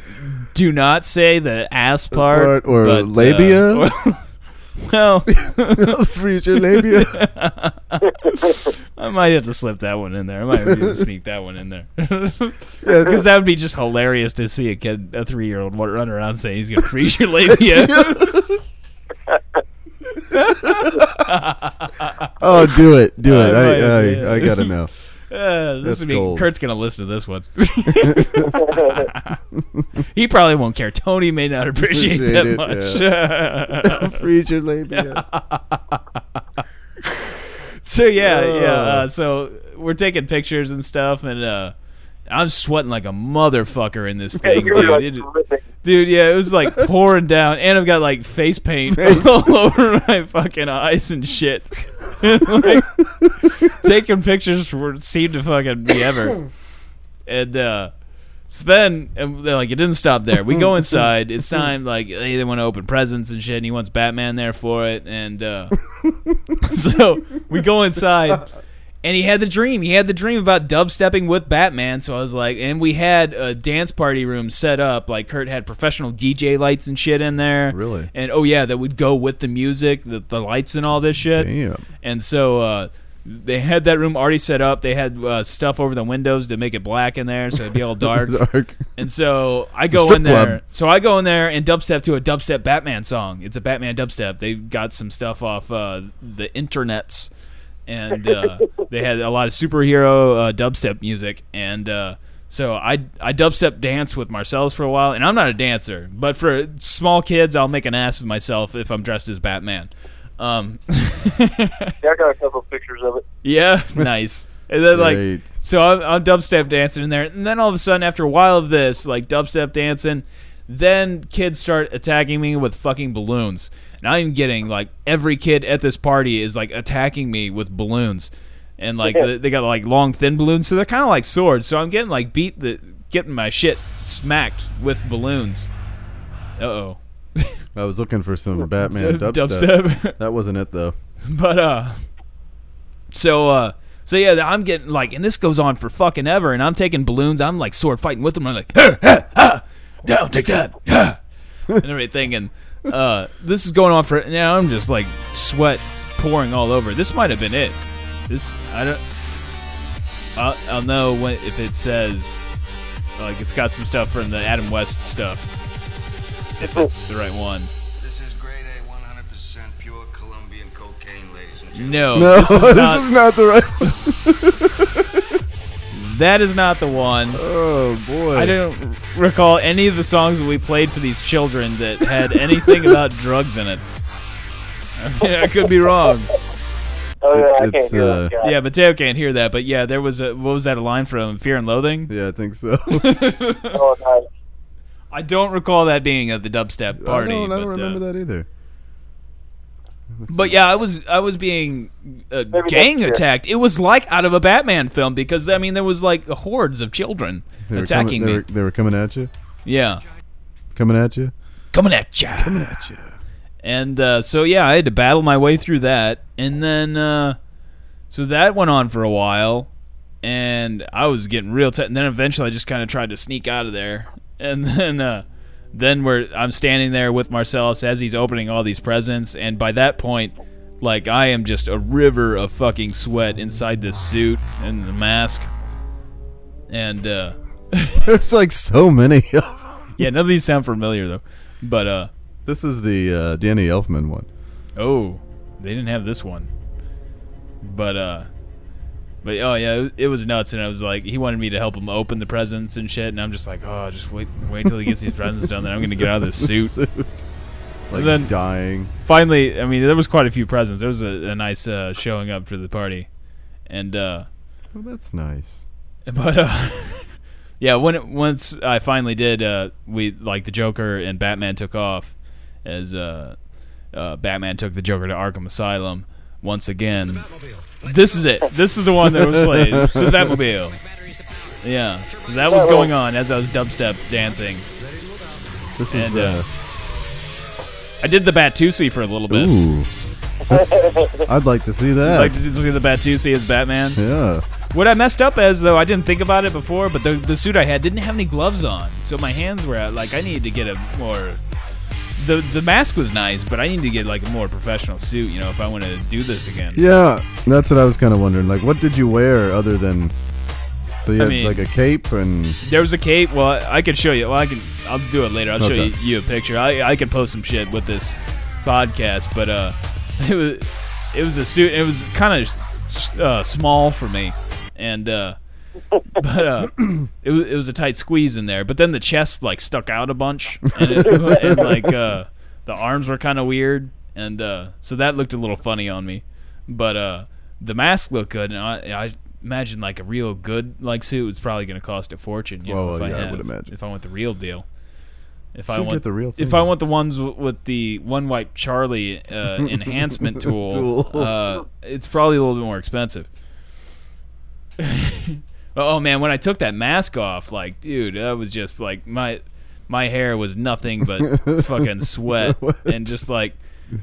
do not say the ass part. Part or but, uh, labia? [LAUGHS] well, freeze your [LAUGHS] labia. I might have to slip that one in there. I might have to sneak that one in there. [LAUGHS] Yeah, Because that would be just hilarious to see a kid, a three-year-old, wa- run around saying he's gonna freeze your [LAUGHS] labia. [LAUGHS] Oh, do it, do it. I might have I, to, I, I yeah. [LAUGHS] gotta know. Uh, this That's would be gold. Kurt's gonna listen to this [LAUGHS] one. [LAUGHS] he probably won't care. Tony may not appreciate, Appreciate that it, much. [LAUGHS] Freeze your labia. so yeah, yeah. Oh. Uh, so we're taking pictures and stuff, and uh, I'm sweating like a motherfucker in [LAUGHS] this thing, You're dude. like It- terrific. Dude, yeah, it was like pouring down, and I've got like face [LAUGHS] paint [LAUGHS] all over my fucking eyes and shit. [LAUGHS] like, taking pictures were, seemed to fucking be ever. And uh, so then, and they're like, it didn't stop there. We go inside. It's time, like, hey, they want to open presents and shit, and he wants Batman there for it. And uh, [LAUGHS] so we go inside. And he had the dream. He had the dream about dubstepping with Batman. So I was like, and we had a dance party room set up. Like Kurt had professional DJ lights and shit in there. Really? And oh yeah, that would go with the music, the, the lights and all this shit. Damn. And so uh, they had that room already set up. They had uh, stuff over the windows to make it black in there, so it'd [LAUGHS] be all dark. Dark. And so I go strip in there. club. So I go in there and dubstep to a dubstep Batman song. It's a Batman dubstep. They got some stuff off uh, the internets, and uh, [LAUGHS] they had a lot of superhero uh, dubstep music. And uh, so I I dubstep dance with Marcellus for a while. And I'm not a dancer, but for small kids, I'll make an ass of myself if I'm dressed as Batman. Um, [LAUGHS] Yeah, I got a couple pictures of it. [LAUGHS] yeah, nice. And then like Great. so I'm, I'm dubstep dancing in there, and then all of a sudden, after a while of this, like dubstep dancing, then kids start attacking me with fucking balloons, and I'm getting like every kid at this party is like attacking me with balloons, and like they, they got like long thin balloons, so they're kind of like swords. So I'm getting like beat the getting my shit smacked with balloons. Uh oh, I was looking for [LAUGHS] [LAUGHS] some Batman dubstep. dubstep. [LAUGHS] That wasn't it though. But uh so uh so yeah, I'm getting like and this goes on for fucking ever and I'm taking balloons, I'm like sword fighting with them, and I'm like, "Huh, huh, ah, down, take that, yeah," and everything and uh this is going on for now I'm just like sweat pouring all over. This might have been it. This I don't I'll, I'll know when if it says like it's got some stuff from the Adam West stuff. If it's the right one. This is grade A 100% pure Colombian cocaine, ladies and gentlemen. No, No, [LAUGHS] this is not, the right. that is not the one. [LAUGHS] Oh boy. I don't recall any [LAUGHS] of the songs that we played for these children that had anything about drugs in it. I could be wrong. Oh yeah, I It's, can't hear uh, this guy. Yeah, Mateo can't hear that, but yeah, there was a what was that a line from Fear and Loathing? Yeah, [LAUGHS] I think so. Oh, nice. I don't recall that being at the dubstep party. I don't, I don't but, uh, remember that either. But yeah, I was I was being uh, next gang year. attacked. It was like out of a Batman film because I mean there was like hordes of children They were attacking coming, They were, me. they were coming at you. Yeah, Coming at you. coming at ya. Coming at ya. And uh, so yeah, I had to battle my way through that, and then uh, so that went on for a while, and I was getting real tight. And then eventually, I just kind of tried to sneak out of there, and [LAUGHS] then uh, then we're I'm standing there with Marcellus as he's opening all these presents, and by that point. Like I am just a river of fucking sweat inside this suit and the mask, and uh, There's like so many of 'em. yeah, none of these sound familiar though. But uh, This is the uh, Danny Elfman one. Oh, they didn't have this one. But uh but oh yeah, it- it was nuts and I was like he wanted me to help him open the presents and shit and I'm just like, "Oh, just wait wait till he gets these presents done then I'm going to get out of this [LAUGHS] suit." Like then- dying. Finally, I mean, there was quite a few presents. There was a, a nice uh showing up for the party. And uh Oh, that's nice. [LAUGHS] but uh yeah, when it, once I finally did uh we like the Joker and Batman took off as uh uh, Batman took the Joker to Arkham Asylum once again. This is it. This is the one that was played to the Batmobile. Yeah. So that was going on as I was dubstep dancing. This is And, uh, uh, I did the Batusi for a little bit. ooh. I'd like to see that. Like, did you see the Batusi as Batman? yeah. What I messed up as though I didn't think about it before, but the, the suit I had didn't have any gloves on, so my hands were out. Like I needed to get a more. The the mask was nice, but I need to get like a more professional suit. You know, if I want to do this again. Yeah, that's what I was kind of wondering. Like, what did you wear other than? So you I had mean- like a cape and There was a cape. Well, I could show you. Well, I can. I'll do it later. I'll show Okay. you, you a picture. I I can post some shit with this podcast, but uh, [LAUGHS] it was it was a suit. It was kind of uh, small for me, and uh, [LAUGHS] but uh, it was it was a tight squeeze in there. But then the chest like stuck out a bunch, and, it, [LAUGHS] and like uh, the arms were kind of weird, and uh, so that looked a little funny on me. But uh, the mask looked good, and I. I Imagine like a real good like suit was probably going to cost a fortune. You know, Well, if yeah, I, I have- would imagine. if I want the real deal. If I Should want get the real if thing. I want the ones w- with the one wipe Charlie [LAUGHS] uh, enhancement tool, Tool. Uh, it's probably a little bit more expensive. oh man, when I took that mask off, like dude, that was just like my my hair was nothing [LAUGHS] but fucking [LAUGHS] sweat and just like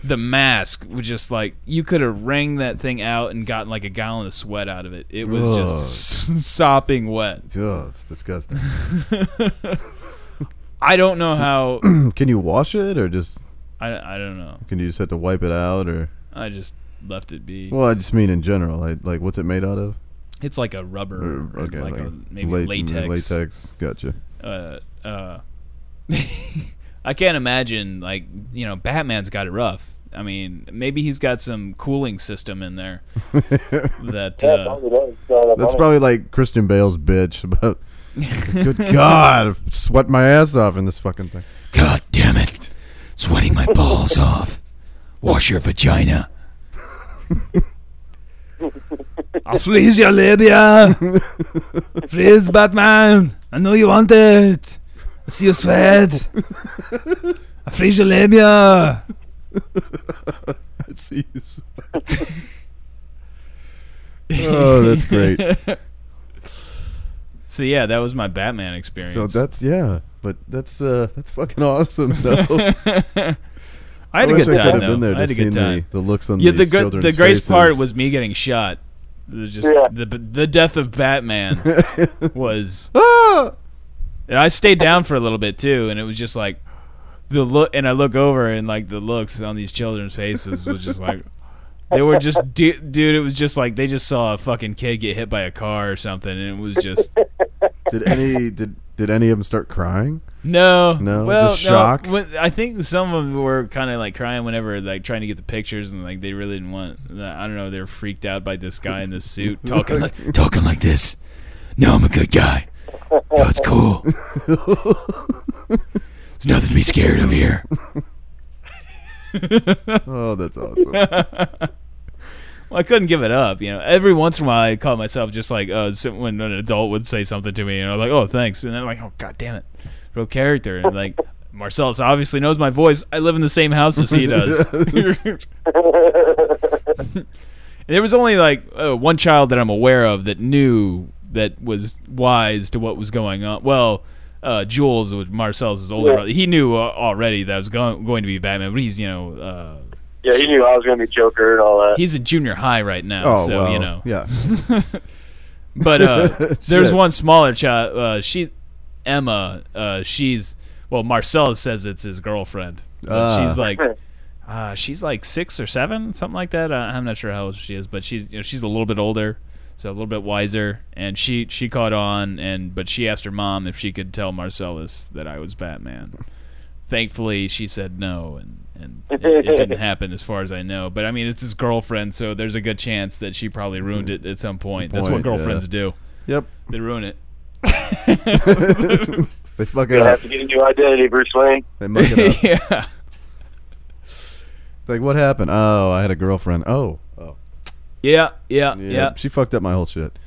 the mask was just like you could have wrung that thing out and gotten like a gallon of sweat out of it. It was Ugh. just [LAUGHS] sopping wet. oh, [LAUGHS] it's disgusting. I don't know [CLEARS THROAT] how. can you wash it or just I, I don't know. can you just have to wipe it out or? I just left it be. Well, I just mean in general. Like, like what's it made out of? It's like a rubber, Or, or Uh, like, a, maybe lat- latex. Latex. Gotcha. Uh, uh, I can't imagine like you know Batman's got it rough. I mean, maybe he's got some cooling system in there that Yeah, uh, probably does. So that That's money. probably like Christian Bale's [LAUGHS] bitch about. Good God! I've Sweat my ass off in this fucking thing. [LAUGHS] God damn it. Sweating my balls off. Wash your vagina. I'll freeze your labia. Freeze, Batman. I know you want it. I see you sweat. I freeze your labia. I see [LAUGHS] you. oh, that's great. So, yeah, that was my Batman experience. So that's yeah, but that's uh that's fucking awesome [LAUGHS] [LAUGHS] though. I had a wish good I could time. have been though. there I had to a good seen time. the, the looks on Yeah, the these gr- children's the greatest part faces. was me getting shot. The, just Yeah. the the death of Batman [LAUGHS] was, [LAUGHS] Ah! and I stayed down for a little bit too, and it was just like the look, and I look over and like the looks on these children's faces was just like they were just du- dude. It was just like they just saw a fucking kid get hit by a car or something, and it was just Did any did did any of them start crying? No, No, Well, just shock? No. When- I think some of them were kind of like crying whenever like trying to get the pictures, and like they really didn't want. uh, I don't know. They were freaked out by this guy in the [LAUGHS] suit talking like talking like this. No, I'm a good guy. No, it's cool. There's nothing to be scared of here. Oh, that's awesome. Well, I couldn't give it up. You know, every once in a while I caught myself just like uh, so- when an adult would say something to me, and I'm like, "Oh, thanks," and then I'm like, "Oh, god damn it, real character." And like, Marcellus obviously knows my voice. I live in the same house [LAUGHS] as [LAUGHS] he does. [LAUGHS] And there was only like uh, one child that I'm aware of that knew that was wise to what was going on. Well. Uh, Jules was Marcel's older Yeah. brother. He knew uh, already that I was go- going to be Batman, but he's you know uh, yeah, he knew I was gonna be Joker and all that. he's in junior high right now, Oh, so well, you know Yeah. but uh, there's [LAUGHS] Shit. one smaller child. Uh, she, Emma. Uh, she's well, Marcella says it's his girlfriend. But Ah. she's like, uh, she's like six or seven, something like that. I, I'm not sure how old she is, but she's you know she's a little bit older, so a little bit wiser. And she she caught on, and but she asked her mom if she could tell Marcellus that I was Batman. Thankfully, she said no, and and it, it didn't happen as far as I know. But I mean, it's his girlfriend, so there's a good chance that she probably ruined it at some point. That's what Point, yeah. girlfriends do. Yep. They ruin it. They fuck it Gonna up. have to get a new identity, Bruce Wayne. They muck it [LAUGHS] up. yeah. Like, what happened? Oh, I had a girlfriend. Oh. Oh. Yeah, yeah, Yeah. yeah, She fucked up my whole shit.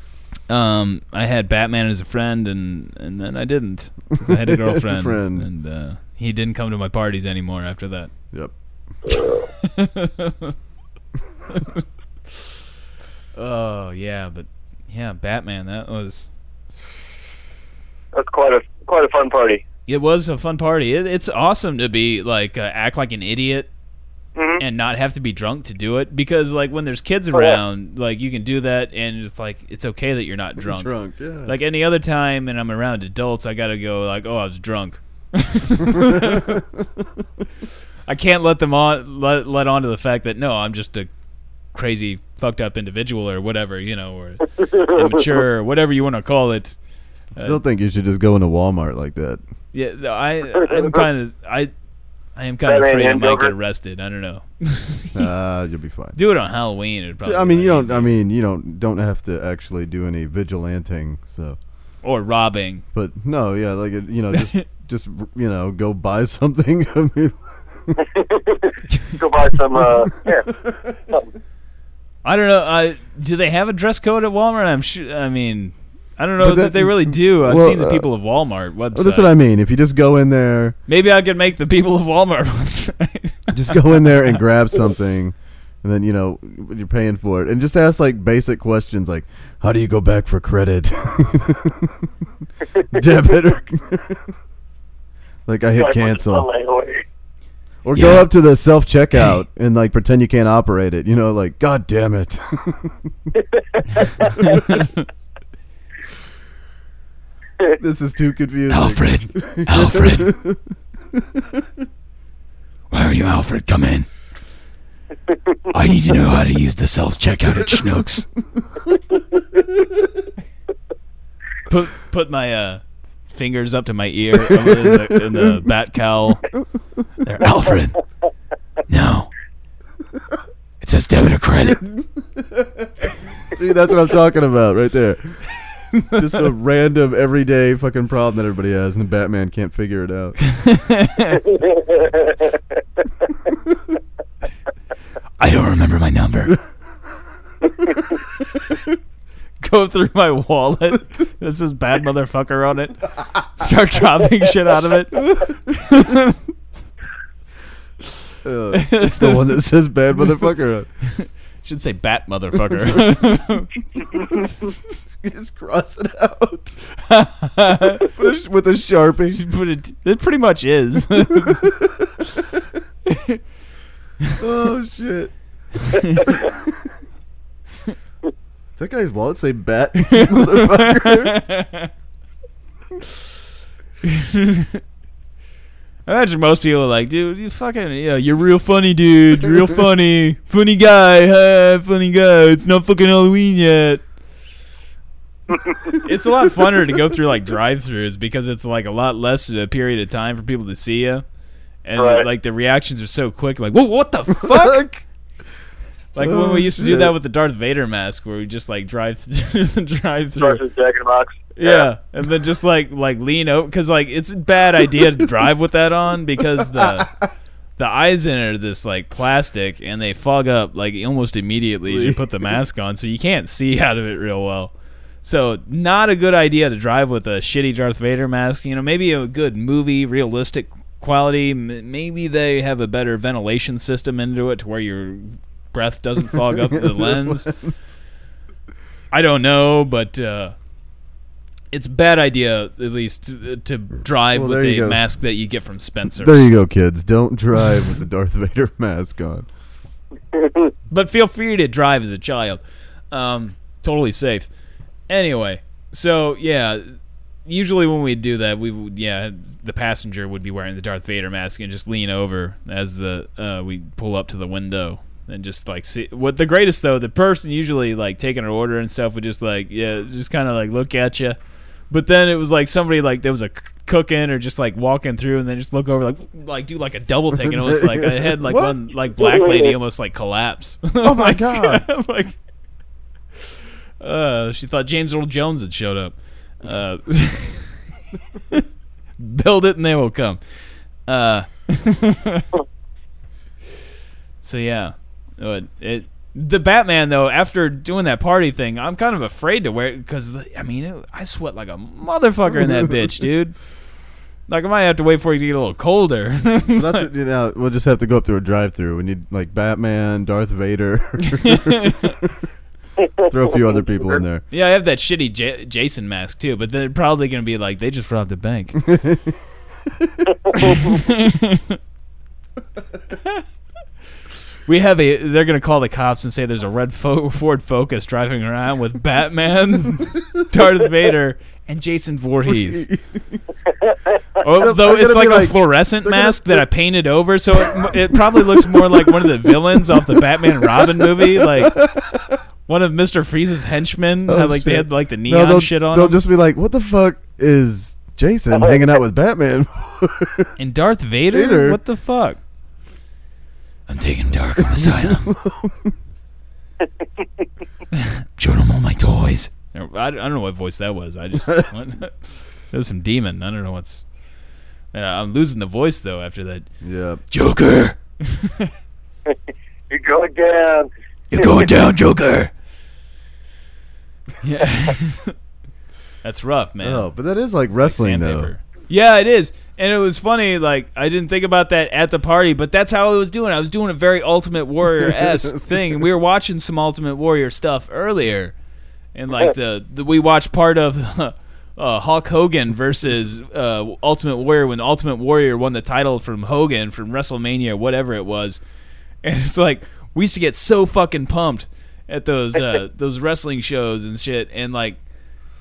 Um, I had Batman as a friend, and and then I didn't 'cause I [LAUGHS] had a girlfriend, Friend. and uh, he didn't come to my parties anymore after that. Yep. Oh yeah, but yeah, Batman. That was That's quite a quite a fun party. it was a fun party. It, it's awesome to be like uh, act like an idiot and not have to be drunk to do it because like when there's kids yeah. around, like you can do that, and it's like it's okay that you're not drunk. Drunk. Yeah. Like any other time, and I'm around adults, I gotta go like, oh, I was drunk. [LAUGHS] I can't let them on let let on to the fact that no, I'm just a crazy fucked up individual or whatever, you know, or immature, or whatever you want to call it. I uh, still think you should just go into Walmart [LAUGHS] like that. Yeah, th- I I'm kind of I I am kind of Batman afraid I and might get Joker. arrested. I don't know. Uh, you'll be fine. Do it on Halloween. It'd probably. I mean, be you don't. easy. I mean, you don't. Don't have to actually do any vigilanting. So, Or robbing. but no, yeah, like it- you know, just just you know, go buy something. [LAUGHS] I mean, Go buy some. [LAUGHS] Uh, yeah, something. I don't know. I do they have a dress code at Walmart? I'm sure. I mean, I don't know But that, that- they really do. I've well, seen the uh, people of Walmart website. well, that's what I mean. If you just go in there, Maybe I could make the people of Walmart [LAUGHS] website. just go in there and grab something, and then you know you're paying for it, and just ask like basic questions like, how do you go back for credit, [LAUGHS] debit, or [LAUGHS] like I hit Like, cancel. what's the layaway? Or Yeah. go up to the self checkout and like pretend you can't operate it. You know, like God damn it. [LAUGHS] this is too confusing. [LAUGHS] Alfred! Alfred! Where are you, Alfred? Come in. I need to know how to use the self checkout at Schnucks. put put my uh, fingers up to my ear in the, in [LAUGHS] the bat cowl. Alfred! No. It says debit or credit. See, that's what I'm talking about right there. Just a random everyday fucking problem that everybody has, and the Batman can't figure it out. [LAUGHS] I don't remember my number. [LAUGHS] Go through my wallet. This is bad motherfucker on it. [LAUGHS] Start dropping shit out of it. Uh, it's the one that says bad motherfucker. [LAUGHS] Should say bat motherfucker. [LAUGHS] Just cross it out. Put a sh- with a sharpie. [LAUGHS] Put it, it pretty much is. [LAUGHS] Oh [LAUGHS] shit. Does that guy's wallet say [LAUGHS] bat? Motherfucker. [LAUGHS] I imagine most people are like, dude, you fucking, yeah, you're real [LAUGHS] funny, dude. You're real funny. Funny guy. Huh, funny guy. It's not fucking Halloween yet. [LAUGHS] it's a lot funner to go through like drive throughs because it's like a lot less of a period of time for people to see you. And Right. like the reactions are so quick, like, whoa, what the fuck? like when Oh, we used to do shit. that with the Darth Vader mask where we just like drive [LAUGHS] drive through. Versus Jack in the Box. Yeah, and then just like like lean out because like it's a bad idea to drive with that on because the the eyes in it are this like plastic, and they fog up like almost immediately as you [LAUGHS] put the mask on, so you can't see out of it real well. So not a good idea to drive with a shitty Darth Vader mask. You know, maybe a good movie, realistic quality. M- Maybe they have a better ventilation system into it to where your breath doesn't fog up [LAUGHS] the lens. I don't know, but uh, it's a bad idea at least to, to drive Well, with there you a go. mask that you get from Spencer's. There you go, kids. Don't drive with the Darth Vader [LAUGHS] mask on. but feel free to drive as a child. Um, totally safe. Anyway, so yeah, usually when we do that, we would yeah the passenger would be wearing the Darth Vader mask and just lean over as the uh, we pull up to the window and just like see what the greatest though the person usually like taking an order and stuff would just like yeah just kind of like look at you. But then it was like somebody like there was a c- cooking or just like walking through and then just look over like like do like a double take and it was like I had like What? one like black lady almost like collapse. [LAUGHS] Oh my god. I'm like, uh, she thought James Earl Jones had showed up. Uh, [LAUGHS] build it and they will come. Uh, [LAUGHS] so yeah, But it. The Batman though, after doing that party thing, I'm kind of afraid to wear it because I mean, it, I sweat like a motherfucker in [LAUGHS] that bitch, dude. Like I might have to wait for it to get a little colder. [LAUGHS] Well, [LAUGHS] that's what, you know, we'll just have to go up to a drive-through. We need like Batman, Darth [LAUGHS] Vader. Throw a few other people in there. Yeah, I have that shitty J- Jason mask too, but they're probably going to be like, they just robbed a bank. we have a. They're going to call the cops and say there's a red fo- Ford Focus driving around with Batman, [LAUGHS] Darth Vader, and Jason [LAUGHS] Voorhees. Oh, though they're it's like gonna be a like- fluorescent they're gonna- mask that I painted over, so it, it probably looks more like one of the villains off the Batman and Robin movie, like one of Mister Freeze's henchmen. Oh, had, like they shit. had like the No, neon they'll, shit on they'll them. just be like, "What the fuck is [LAUGHS] Jason hanging out with Batman?" and Darth Vader. Vader. What the fuck? I'm taking Dark [LAUGHS] Asylum. Showed him all my toys. I, I don't know what voice that was. I [LAUGHS] just that was some demon. I don't know what's. Yeah, I'm losing the voice though after that. [LAUGHS] yeah, Joker, You're going down. you're going down, Joker. Yeah, that's rough, man. Oh, but that is like wrestling though. Sandpaper. Yeah, it is. And it was funny, like I didn't think about that at the party, but that's how I was doing. I was doing a very Ultimate Warrior esque thing. We were watching some Ultimate Warrior stuff earlier, and like the, the we watched part of [LAUGHS] uh, Hulk Hogan versus uh, Ultimate Warrior when Ultimate Warrior won the title from Hogan from WrestleMania, whatever it was. And it's like we used to get so fucking pumped at those uh, those wrestling shows and shit, and like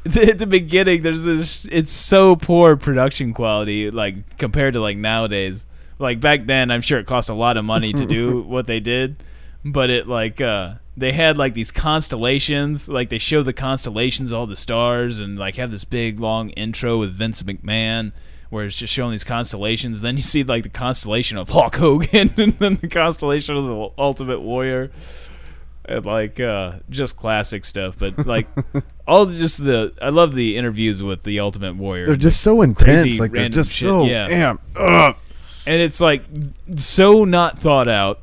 [LAUGHS] at the beginning there's this it's so poor production quality like compared to like nowadays like back then i'm sure it cost a lot of money to do what they did but it like uh they had like these constellations like they show the constellations all the stars and like have this big long intro with vince mcmahon where it's just showing these constellations then you see like the constellation of hulk hogan [LAUGHS] and then the constellation of the ultimate warrior and like uh just classic stuff but [LAUGHS] like all the- just the i love the interviews with the ultimate warrior They're just so intense. Crazy like they're random just shit, so yeah. damn. Ugh. and it's like so not thought out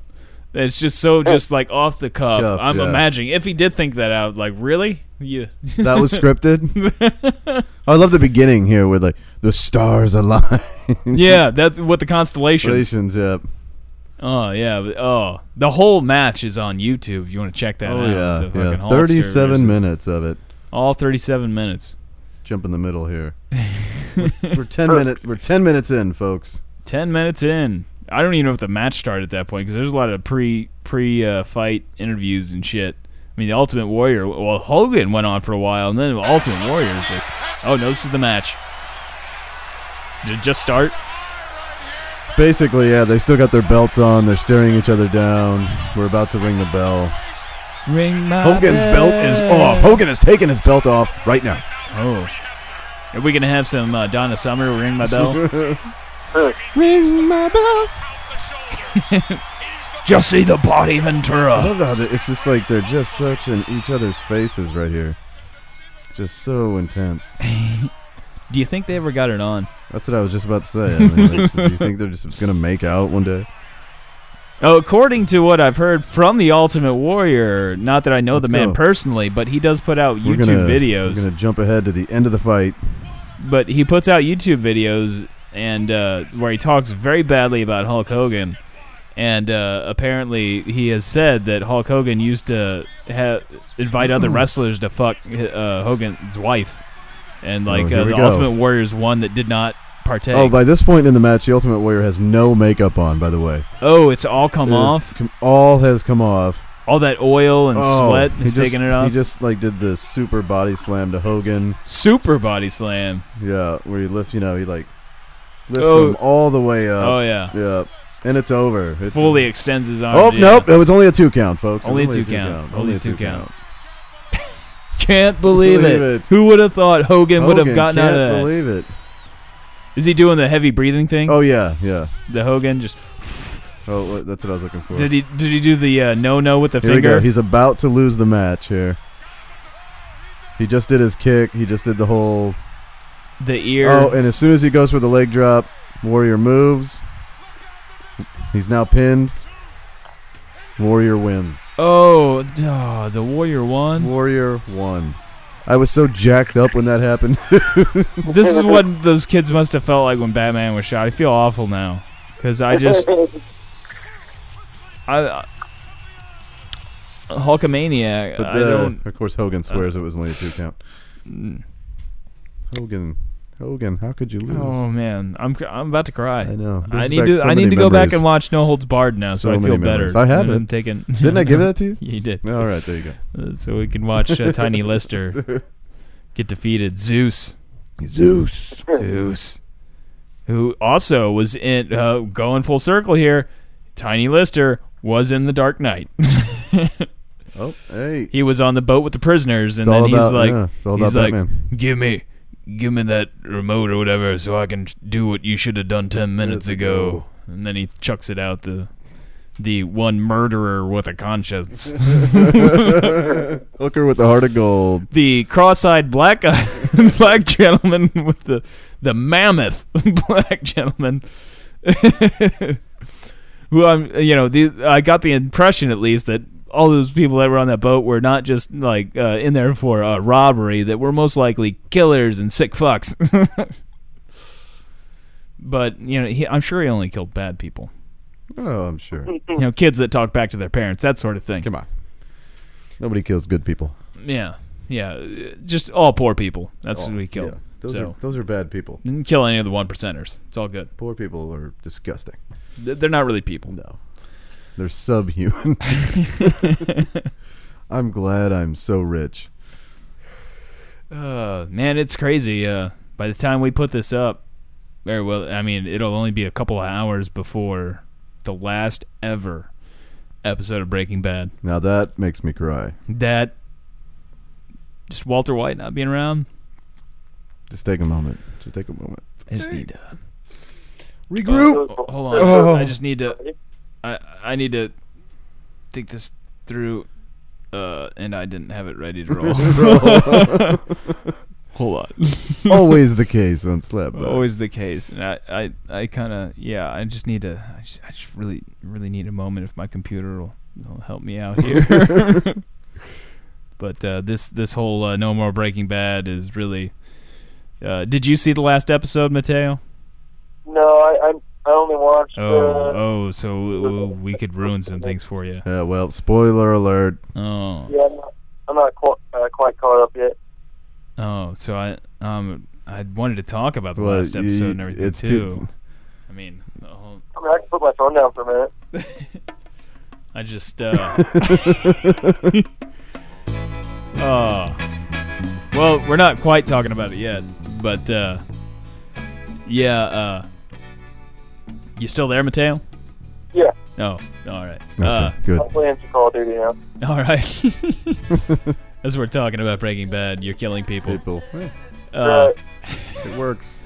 it's just so just like off the cuff Cuff, i'm yeah. imagining if he did think that out like really you That was scripted. I love the beginning here with like the stars align. [LAUGHS] yeah that's what the constellations [LAUGHS] Relations, yeah. oh yeah but, oh the whole match is on youtube you want to check that Oh out yeah, the fucking yeah. Hulkster versus- Thirty-seven minutes of it. all 37 minutes Let's jump in the middle here. we're, [LAUGHS] we're ten minute. We're ten minutes in, folks. 10 minutes in i don't even know if the match started at that point because there's a lot of pre pre uh, fight interviews and shit i mean the ultimate warrior well hogan went on for a while and then the ultimate warrior is just oh no this is the match Did it just start Basically, yeah, they still got their belts on. They're staring each other down. We're about to ring the bell. ring my Hogan's belt is off. Hogan is taking his belt off right now. oh are we gonna have some uh, donna summer ring my bell Ring my bell. [LAUGHS] just see the body I ventura love how they- it's just like they're just such in each other's faces right here. Just so intense. do you think they ever got it on That's what I was just about to say. I mean, like, do you think they're just gonna make out one day? Oh, according to what I've heard from the Ultimate Warrior, not that I know the man go. personally, but he does put out We're YouTube gonna- videos. We're gonna jump ahead to the end of the fight. But he puts out YouTube videos and uh, where he talks very badly about Hulk Hogan, and uh, apparently he has said that Hulk Hogan used to ha- invite Hmm. other wrestlers to fuck uh, Hogan's wife, and like Oh, here uh, we the go. Ultimate Warrior's one that did not partake. Oh, by this point in the match, the Ultimate Warrior has no makeup on. By the way, Oh, it's all come It is- off. com- all has come off. All that oil and Oh, sweat he is just- taking it off. He just like did the super body slam to Hogan. Super body slam. Yeah, where he lifts, you know, he like lifts Oh. him all the way up. Oh yeah. Yeah, and it's over. It's Fully over. extends his arm. Oh nope! It was only a two count, folks. It was Only a two count. Only a two count. Can't believe believe, Believe it. it. it. Who would have thought Hogan, would have Hogan, gotten out can't of that? Believe it. Is he doing the heavy breathing thing? Oh yeah, yeah. The Hogan just Oh, wait, that's what I was looking for. did he did he do the uh, no no with the here we finger? go. He's about to lose the match here. He just did his kick. He just did the whole. the ear. Oh, and as soon as he goes for the leg drop, Warrior moves. He's now pinned. Warrior wins. oh, th- oh, the Warrior won. Warrior won. I was so jacked up when that happened. [LAUGHS] this is what those kids must have felt like when Batman was shot. I feel awful now because I [LAUGHS] just I. I Hulkamaniac. But I the, don't. of course, Uh, Hogan swears it was only a two count. mm. Hogan, Hogan, how could you lose? Oh man, I'm cr- I'm about to cry. I know. I Brings need back to so I need many to go back memories. and watch No Holds Barred now, so, So I many feel memories. better. I have And it. I'm taking. [LAUGHS] [LAUGHS] Didn't I give that to you? You did. All right, there you go. Uh, so we can watch uh, [LAUGHS] Tiny Lister get defeated. Zeus, Zeus. Zeus, who also was in uh, going full circle here. Tiny Lister was in the Dark Knight. Oh, hey. he was on the boat with the prisoners, and It's all then he's about- like, yeah, it's all he's about like, Batman. give me, give me that remote or whatever, so I can do what you should have done ten minutes Minutes ago. ago. And then he chucks it out the, the one murderer with a conscience, [LAUGHS] [LAUGHS] Hooker with the heart of gold. the cross-eyed black [LAUGHS] guy, black gentleman with the the mammoth [LAUGHS] black gentleman. [LAUGHS] Who I'm, you know, the, I got the impression at least that all those people that were on that boat were not just like uh, in there for uh, robbery; that were most likely killers and sick fucks. [LAUGHS] but you know, he, I'm sure he only killed bad people. Oh, [LAUGHS] I'm sure. You know, kids that talk back to their parents, that sort of thing. Come on. Nobody kills good people. Yeah, yeah, uh, just all poor people. That's what we killed. Yeah, those so. are those are bad people. Didn't kill any of the one percenters. It's all good. Poor people are disgusting. Th- They're not really people. No, [LAUGHS] they're subhuman. I'm glad I'm so rich. Uh, man, it's crazy. Uh, by the time we put this up, very well, I mean, it'll only be a couple of hours before the last ever episode of Breaking Bad. Now that makes me cry. That just Walter White not being around. Just take a moment. Just take a moment. I just need to Regroup. oh, hold on. Oh. I just need to. I I need to think this through. Uh, and I didn't have it ready to roll. [LAUGHS] hold on. Always the case on slap. Back. always the case and i i, I kind of yeah i just need to I just, I just really really need a moment if my computer will, will help me out here but uh, this this whole uh, no more breaking bad is really uh, did you see the last episode mateo No, I, I I only watched. oh Uh, oh so uh, we could ruin some things for you Yeah. Well, spoiler alert. oh Yeah, I'm not, I'm not qu- uh, quite caught up yet. oh so i um i wanted to talk about the Well, last you- episode and everything it's too, too- i mean the whole, I mean, I can put my phone down for a minute. I just uh [LAUGHS] Oh. Well, we're not quite talking about it yet, but uh yeah, uh You still there, Mateo? Yeah, No. All right. Okay, Uh good. I'm playing some Call of Duty now. [LAUGHS] all right. As we're talking about Breaking Bad, you're killing people. People. Yeah, Uh, Right. it works.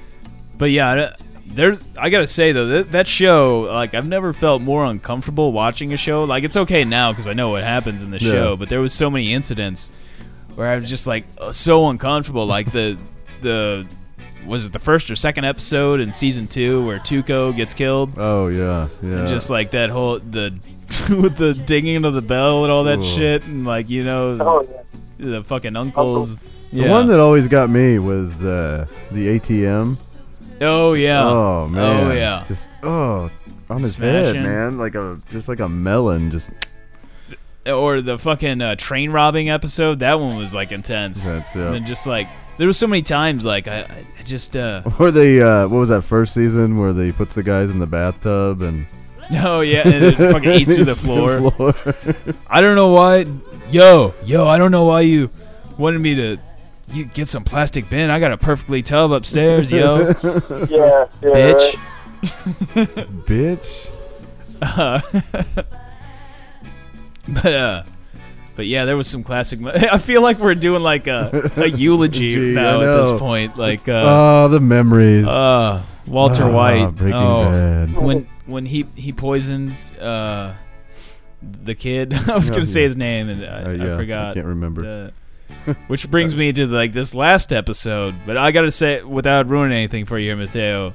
But yeah, I- there's. I gotta say though, that, that show, like, I've never felt more uncomfortable watching a show. Like, it's okay now because I know what happens in the Yeah. show. But there was so many incidents where I was just like uh, so uncomfortable. Like the the was it the first or second episode in season two where Tuco gets killed? Oh yeah, yeah. And just like that whole the [LAUGHS] with the dinging of the bell and all that Ooh. shit, and like you know Oh, yeah. the fucking uncles. the one that always got me was uh, the ATM. oh yeah, Oh man. oh yeah. Just oh on his Smashing. head, man. Like a just like a melon. Just Oh. or the fucking uh, train robbing episode. That one was like intense. Intense, yeah. And then just like there was so many times like I, I I just uh [LAUGHS] or the uh, what was that first season where they puts the guys in the bathtub [LAUGHS] and no yeah and it fucking [LAUGHS] eats through the It's floor. floor. I don't know why. Yo yo, I don't know why you wanted me to. You get some plastic bin. I got a perfectly tub upstairs, [LAUGHS] yo, Yeah, yeah, bitch. [LAUGHS] right. Bitch. Uh, but uh, but yeah, there was some classic. Mo- [LAUGHS] I feel like we're doing like a, [LAUGHS] a eulogy Gee, I now at this know. point. Like uh, Oh, the memories. uh, Walter Ah, White. Breaking oh, Bad. when when he he poisons uh, the kid. [LAUGHS] I was Oh, gonna say yeah. his name and I, Uh, yeah, I forgot. can't remember. Uh, which brings me to like this last episode, but I gotta say, without ruining anything for you, here, Mateo,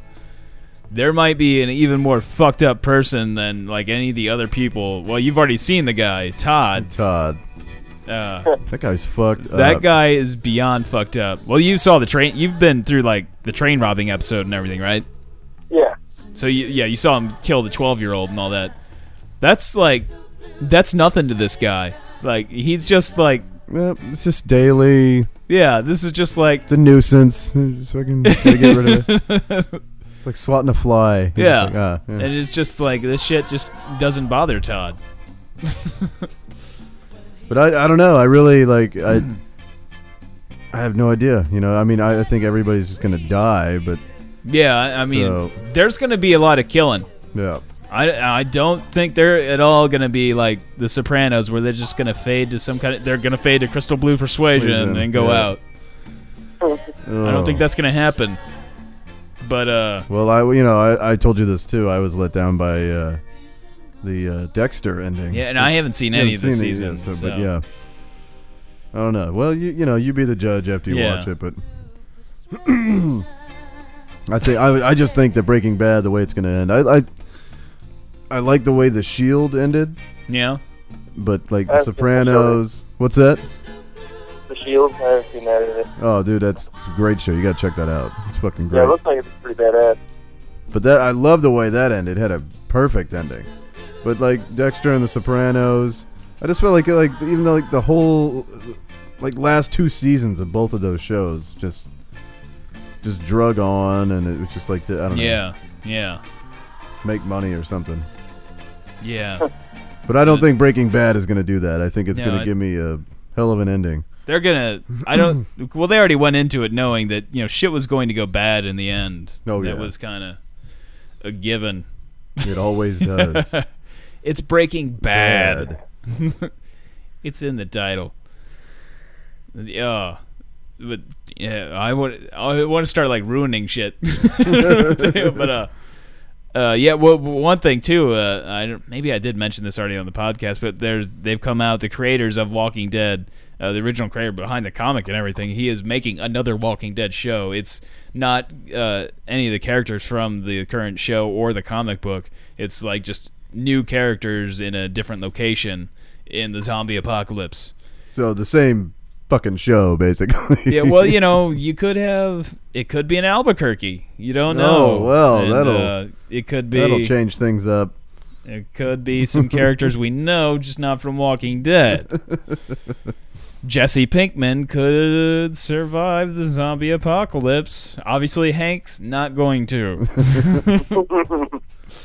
there might be an even more fucked up person than like any of the other people. Well, you've already seen the guy, Todd. Todd. Uh, That guy's fucked that up. guy is beyond fucked up. Well, you saw the train. You've been through like the train robbing episode and everything, right? Yeah. So you, yeah, you saw him kill the 12 year old and all that. That's like, that's nothing to this guy. Like he's just like, Yep, it's just daily. yeah, this is just like, It's a nuisance. Just fucking gotta get rid of it. [LAUGHS] It's like swatting a fly. You're yeah. just like, ah, yeah. and it's just like this shit just doesn't bother Todd. But I, I don't know. I really like I. I have no idea. You know, I mean, I, I think everybody's just gonna die. But Yeah, I I mean, So- there's gonna be a lot of killing. yeah, I, I don't think they're at all gonna be like the Sopranos, where they're just gonna fade to some kind of. They're gonna fade to crystal blue persuasion Persuasion, and go yeah. Oh. out. I don't think that's gonna happen. But uh, Well, I you know I, I told you this too. I was let down by uh, the uh, Dexter ending. yeah, and I haven't seen any haven't of the seen it yet, season. so- but yeah, I don't know. Well, you you know you be the judge after you Yeah. watch it, but [CLEARS THROAT] I think I, would- I just think that Breaking Bad the way it's gonna end. I I, I like the way the Shield ended, yeah. but like The That's the Sopranos. What's that? The Shield, I haven't seen that either. Oh, dude, that's a great show. You gotta check that out. It's fucking Yeah, great. it looks like it's pretty badass. But that I love the way that ended. It had a perfect ending. But like Dexter and The Sopranos, I just felt like like even though like the whole like last two seasons of both of those shows just just drug on, and it was just like the, I don't Yeah, yeah, know, make money or something. yeah. But I don't think Breaking Bad is gonna do that. I think it's No, gonna I- give me a hell of an ending. They're gonna. I don't. [LAUGHS] Well, they already went into it knowing that you know shit was going to go bad in the end. Oh, that yeah. was kind of a given. [LAUGHS] It always does. It's Breaking Bad. It's in the title. Yeah, but yeah, I would. I want to start like ruining shit. [LAUGHS] but uh, uh, yeah. Well, one thing too. Uh, I don't- maybe I did mention this already on the podcast, but there's they've come out the creators of Walking Dead, uh, the original creator behind the comic and everything. He is making another Walking Dead show. It's not uh, any of the characters from the current show or the comic book. It's like just new characters in a different location in the zombie apocalypse. So the same fucking show basically. Yeah, well, [LAUGHS] you know, you could have it could be in Albuquerque. You don't know. Oh, well, And, that'll- uh, it could be that'll change things up. It could be some characters we know, just not from Walking [LAUGHS] Dead. Jesse Pinkman could survive the zombie apocalypse. Obviously, Hank's not going to.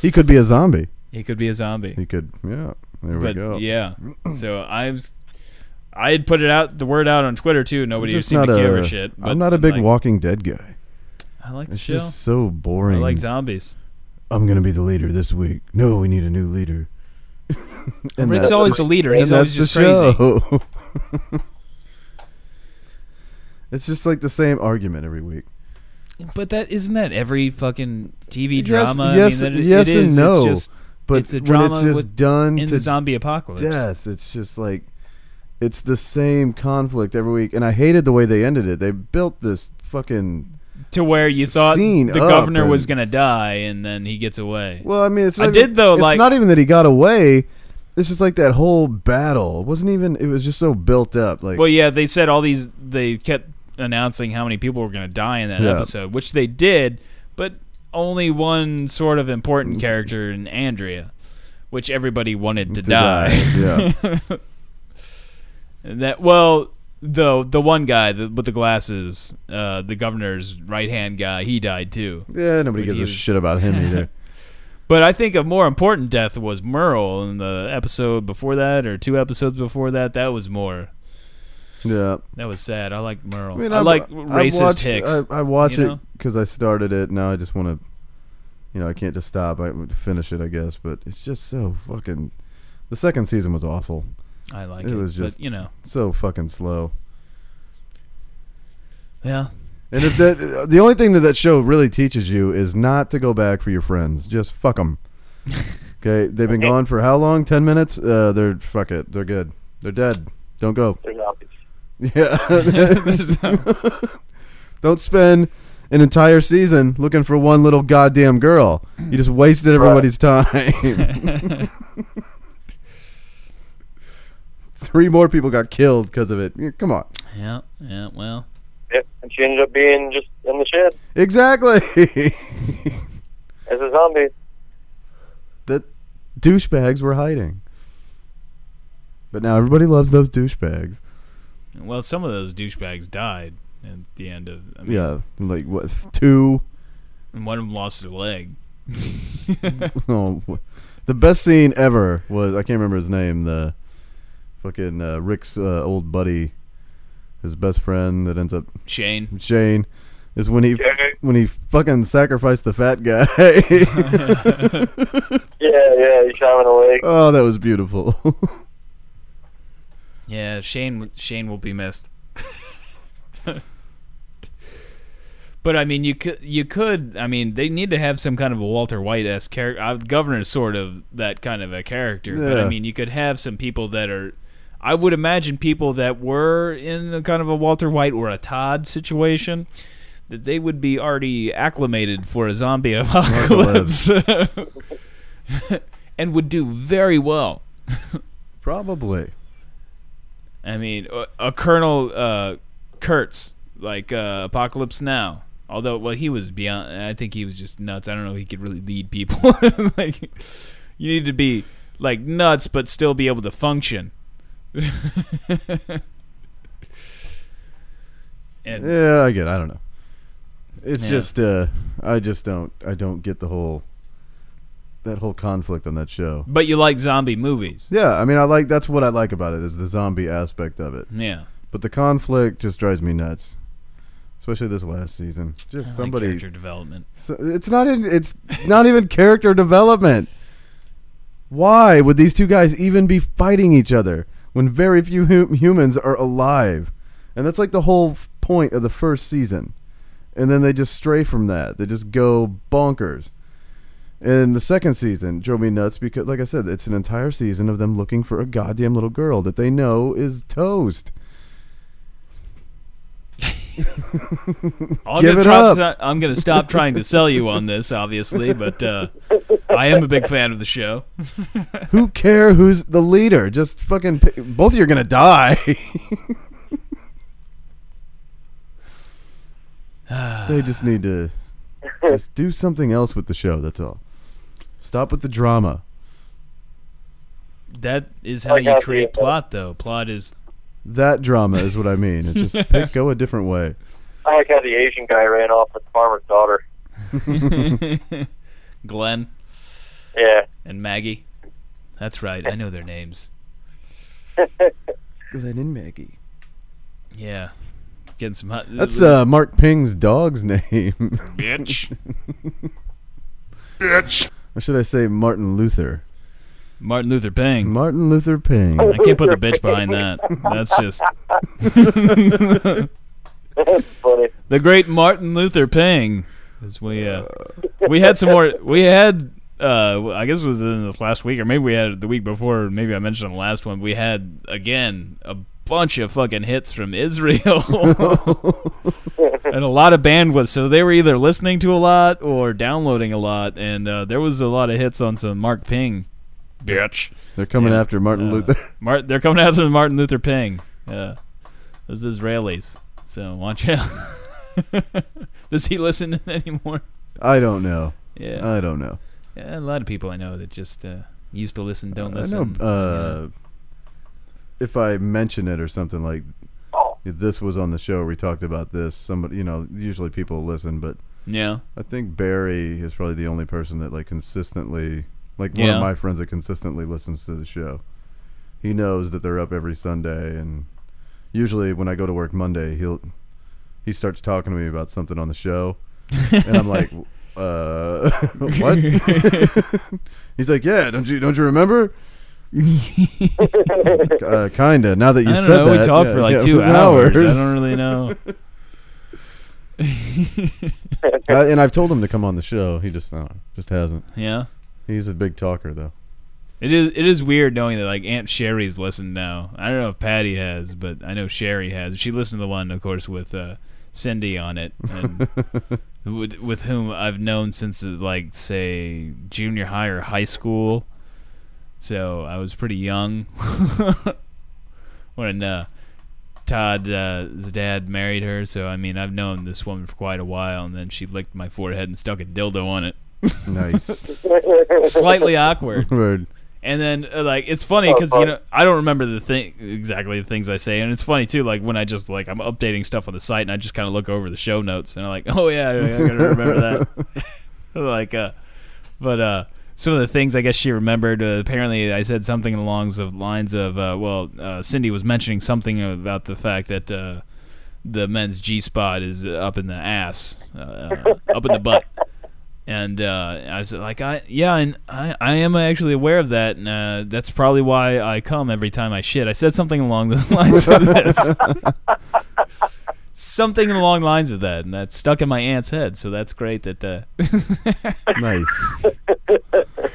He could be a zombie. He could be a zombie. He could. Yeah. There we but go. [CLEARS THROAT] yeah, so I was, I had put it out the word out on Twitter too. Nobody just seemed not to give a, a shit. but I'm not a big like, Walking Dead guy. I like the It's show. just so I boring. like zombies. I'm gonna be the leader this week. No, we need a [LAUGHS] new leader. and Rick's that's- always the leader. and He's always that's just the crazy. show. [LAUGHS] it's just like the same argument every week. But that isn't that every fucking TV Yes- drama. yes- I mean, that it- yes it and is. no. It's just But It's a when drama it's just with- done in to the zombie apocalypse. death, it's just like it's the same conflict every week. And I hated the way they ended it. They built this fucking to where you thought scene the up governor was and- gonna die, and then he gets away. Well, I mean, it's I not did, though, It's like- not even that he got away. It's just like that whole battle. It wasn't even. It was just so built up. Like Well, yeah, they said all these. They kept announcing how many people were going to die in that Yeah. episode, which they did, but only one sort of Mm. important character in Andrea, which everybody wanted to, to die. [LAUGHS] Yeah. And that well, the the one guy that, with the glasses, uh, the governor's right hand guy, he died too. yeah. Nobody But gives he a was- shit about him [LAUGHS] either. But I think a more important death was Merle in the episode before that, or two episodes before that. That was more. yeah. That was sad. I like Merle. I, I've- like I've racist watched, Hicks. I, I watch you it know? because I started it. Now I just want to, you know, I can't just stop. I have to finish it, I guess. But it's just so fucking. The second season was awful. I like it. it was just- but, you know. So fucking slow. Yeah. And if that, the only thing that that show really teaches you is not to go back for your friends. Just fuck them. Okay, they've been gone for how long? Ten minutes. Uh, they're fuck it. They're good. They're dead. Don't go. They're zombies. Yeah. There's no- [LAUGHS] Don't spend an entire season looking for one little goddamn girl. You just wasted everybody's time. Three more people got killed because of it. Yeah, Come on. yeah, yeah, well. Yep. And she ended up being just in the shed Exactly. [LAUGHS] as a zombie. that douchebags were hiding. But now everybody loves those douchebags. Well, some of those douchebags died at the end of. I mean, Yeah, like what two? And one of them lost their leg. Oh, wh- the best scene ever was I can't remember his name. The fucking uh, Rick's uh, old buddy, his best friend that ends up Shane. Shane, is when he Shane. when he fucking sacrificed the fat guy. [LAUGHS] Yeah, yeah. You shot him in the leg. oh, that was beautiful. Yeah, Shane. w- Shane will be missed. [LAUGHS] but I mean, you could. You could. I mean, they need to have some kind of a Walter White esque character. Uh, Governor is sort of that kind of a character. But I Yeah. mean, you could have some people that are. I would imagine people that were in the kind of a Walter White or a Todd situation. That they would be already acclimated for a zombie [LAUGHS] apocalypse, [LAUGHS] and would do very well. [LAUGHS] Probably. I mean, a, a Colonel uh, Kurtz, like uh, Apocalypse Now. Although, well, he was beyond. I think he was just nuts. I don't know. if He could really lead people. [LAUGHS] like, you need to be like nuts, but still be able to function. and Yeah, I get. it. I don't know. It's Yeah. just uh I just don't I don't get the whole that whole conflict on that show. but you like zombie movies, Yeah, I mean I like that's what I like about it is the zombie aspect of it. yeah. But the conflict just drives me nuts. Especially this last season. I Just like somebody character development. so- it's not in it's not even character development. Why would these two guys even be fighting each other when very few hum- humans are alive? And that's like the whole f- point of the first season. And then they just stray from that. They just go bonkers. And the second season drove me nuts because, like I said, it's an entire season of them looking for a goddamn little girl that they know is toast. I'm Give gonna it try- up. I'm going to stop trying to sell you on this, obviously, but uh, I am a big fan of the show. Who care who's the leader? Just fucking pick, both of you are gonna die. [LAUGHS] they just need to just do something else with the show. That's all. Stop with the drama. That is how I you got create the- plot, though. Plot is That drama is what I [LAUGHS] mean. It's just pick, go a different way. I like how the Asian guy ran off with the farmer's daughter. Glenn Yeah. [LAUGHS] and Maggie. That's right. I know their names. Glenn and Maggie. Yeah, getting some hot. That's uh, Mark Ping's dog's [LAUGHS] name, bitch. or should I say Martin Luther? Martin Luther Ping. Martin Luther Ping. I can't put the bitch behind that. That's just That's funny. the great Martin Luther Ping. As we uh, we had some [LAUGHS] more. We had. Uh, I guess it was in this last week, or maybe we had it the week before. Maybe I mentioned it on the last one. We had again a bunch of fucking hits from Israel and a lot of bandwidth. So they were either listening to a lot or downloading a lot, and uh, there was a lot of hits on some Mark Ping, bitch. [LAUGHS] They're coming after Martin Luther. Mart, they're coming after the Martin Luther Ping. Yeah, those Israelis. So watch out. [LAUGHS] Does he listen [LAUGHS] to it anymore? I don't know. Yeah. I don't know. Yeah, a lot of people I know that just uh, used to listen, don't I listen. know. Uh, If I mention it or something like Oh, this was on the show, we talked about this. Somebody, you know, usually people listen, but yeah, I think Barry is probably the only person that like consistently, like one Yeah. of my friends that consistently listens to the show. He knows that they're up every Sunday, and usually when I go to work Monday, he'll he starts talking to me about something on [LAUGHS] the show, and I'm like, uh, [LAUGHS] [LAUGHS] what? He's like, yeah, don't you don't [LAUGHS] you remember? uh, kinda. Now that you I don't said know. that, we talked yeah, for like yeah, two hours. I don't really know. Uh, and I've told him to come on the show. He just no, just hasn't. yeah, He's a big talker though. it is. It is weird knowing that like Aunt Sherry's listened now. I don't know if Patty has, but I know Sherry has. She listened to the one, of course, with uh, Cindy on it, and with, with whom I've known since uh, like say junior high or high school. So I was pretty young [LAUGHS] when uh, Todd's uh, his dad married her. So I mean, I've known this woman for quite a while, and then she licked my forehead and stuck a dildo on it. Nice. Slightly awkward. [LAUGHS] Word. And then uh, like it's funny because you know I don't remember the thing exactly the things I say, and it's funny too. Like when I just like I'm updating stuff on the site, and I just kind of look over the show notes, and I'm like, oh yeah, I gotta remember that. [LAUGHS] like, uh, but uh, some of the things I guess she remembered. Uh, apparently, I said something along the lines of, uh, well, uh, Cindy was mentioning something about the fact that uh, the men's G spot is up in the ass, uh, up in the butt. And uh, I was like, I yeah, and I, I am actually aware of that, and uh, that's probably why I come every time I shit. I said something along those [LAUGHS] lines of [LAUGHS] this, something along lines of that, and that's stuck in my aunt's head. So that's great that [LAUGHS] uh, Nice.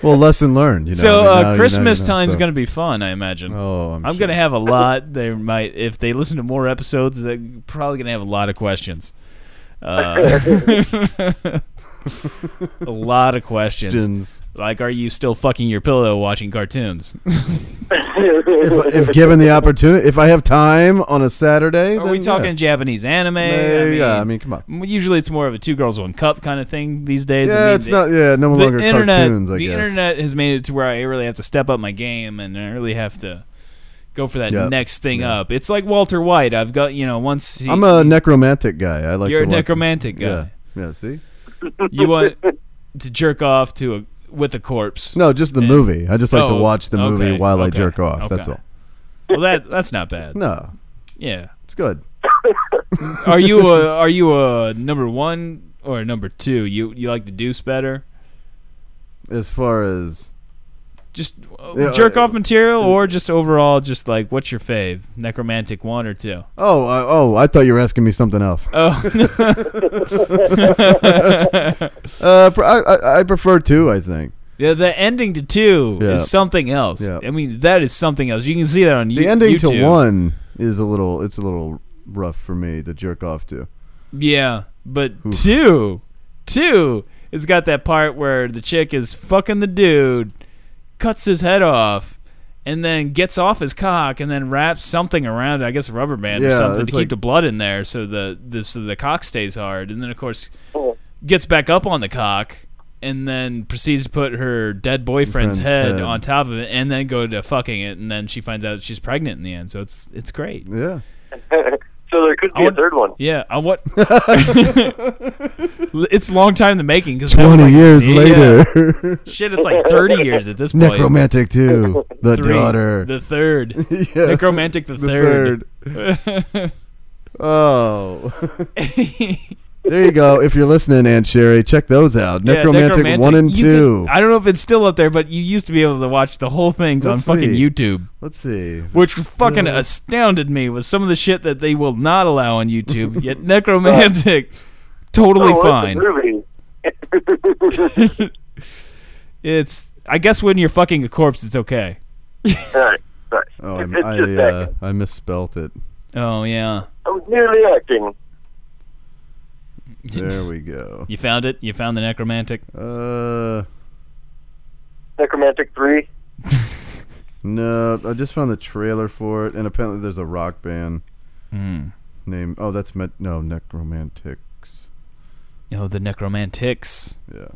well, lesson learned. You know. so I mean, now you know, uh, you Christmas know, time's so- gonna be fun, I imagine. Oh, I'm, I'm sure. gonna have [LAUGHS] a lot. They might if they listen to more episodes, they're probably gonna have a lot of questions. [LAUGHS] Uh, [LAUGHS] a lot of questions. questions. Like, are you still fucking your pillow watching cartoons? If, if given the opportunity, if I have time on a Saturday, Are then we [LAUGHS] talking Yeah. Japanese anime? Hey, yeah, I mean, come on. m- Usually, it's more of a two girls one cup kind of thing these days. I Yeah, mean, it's the- not. Yeah, no the longer internet. cartoons. I the guess. internet has made it to where I really have to step up my game, and I really have to go for that Yeah, next thing up. It's like Walter White. I've got you know once he, I'm a necromantic guy. I like. you're to a watch- necromantic guy. Yeah. Yeah. See. [LAUGHS] You want to jerk off to a with a [LAUGHS] corpse? No, just the And- movie. I just like Oh, to watch the movie okay, while I okay, jerk off. That's okay. all. Well, that that's not bad. No, Yeah. it's good. Are you a [LAUGHS] are you a number one or number two? You you like the deuce better? As far as just uh, Yeah, jerk I- off material or just overall just like what's your fave necromantic one or two? oh uh, oh, I thought you were asking me something else. [LAUGHS] Oh, Uh, pr- I, I I prefer two. I think yeah, the ending to two Yeah. is something else. Yeah. I mean, that is something else. You can see that on the you- ending YouTube. to one is a little. It's a little rough for me to jerk off to. Yeah, but two, two, it's got that part where the chick is fucking the dude, cuts his head off. And then gets off his cock, and then wraps something around it. I guess a rubber band or Yeah, something to it's keep like- the blood in there, so the, the so the cock stays hard. And then of course, gets back up on the cock, and then proceeds to put her dead boyfriend's Friend's head, head. on top of it, and then go to fucking it. And then she finds out she's pregnant in the end. So it's it's great. Yeah. [LAUGHS] so there could I be a want- third one. Yeah, I what? [LAUGHS] it's a long time in the making because Twenty years [LAUGHS] later, shit, it's like thirty years at this point. necromantic two, the Three, daughter, the third, [LAUGHS] Yeah, necromantic, the, the third. [LAUGHS] oh, [LAUGHS] there you go. If you're listening, Aunt Sherry, check those out. Yeah, Necromantic, one and You two. can- I don't know if it's still up there, but you used to be able to watch the whole things Let's on fucking see. YouTube. Let's see, if which it's fucking still- astounded me was some of the shit that they will not allow on [LAUGHS] YouTube. Yet necromantic, totally Oh, what's fine. the movie? [LAUGHS] It's I guess when you're fucking a corpse, it's okay. All right. sorry. Oh, It's- I, it's I, just uh, acting. I misspelt [LAUGHS] it. Oh yeah. I was merely acting. There we go. You found it. You found the necromantic. Uh, Necromantic [LAUGHS] 3. no, I just found the trailer for it, and apparently there's a rock band Mm. named. Oh, that's met. No, Necromantics. Oh, the necromantics. Yeah.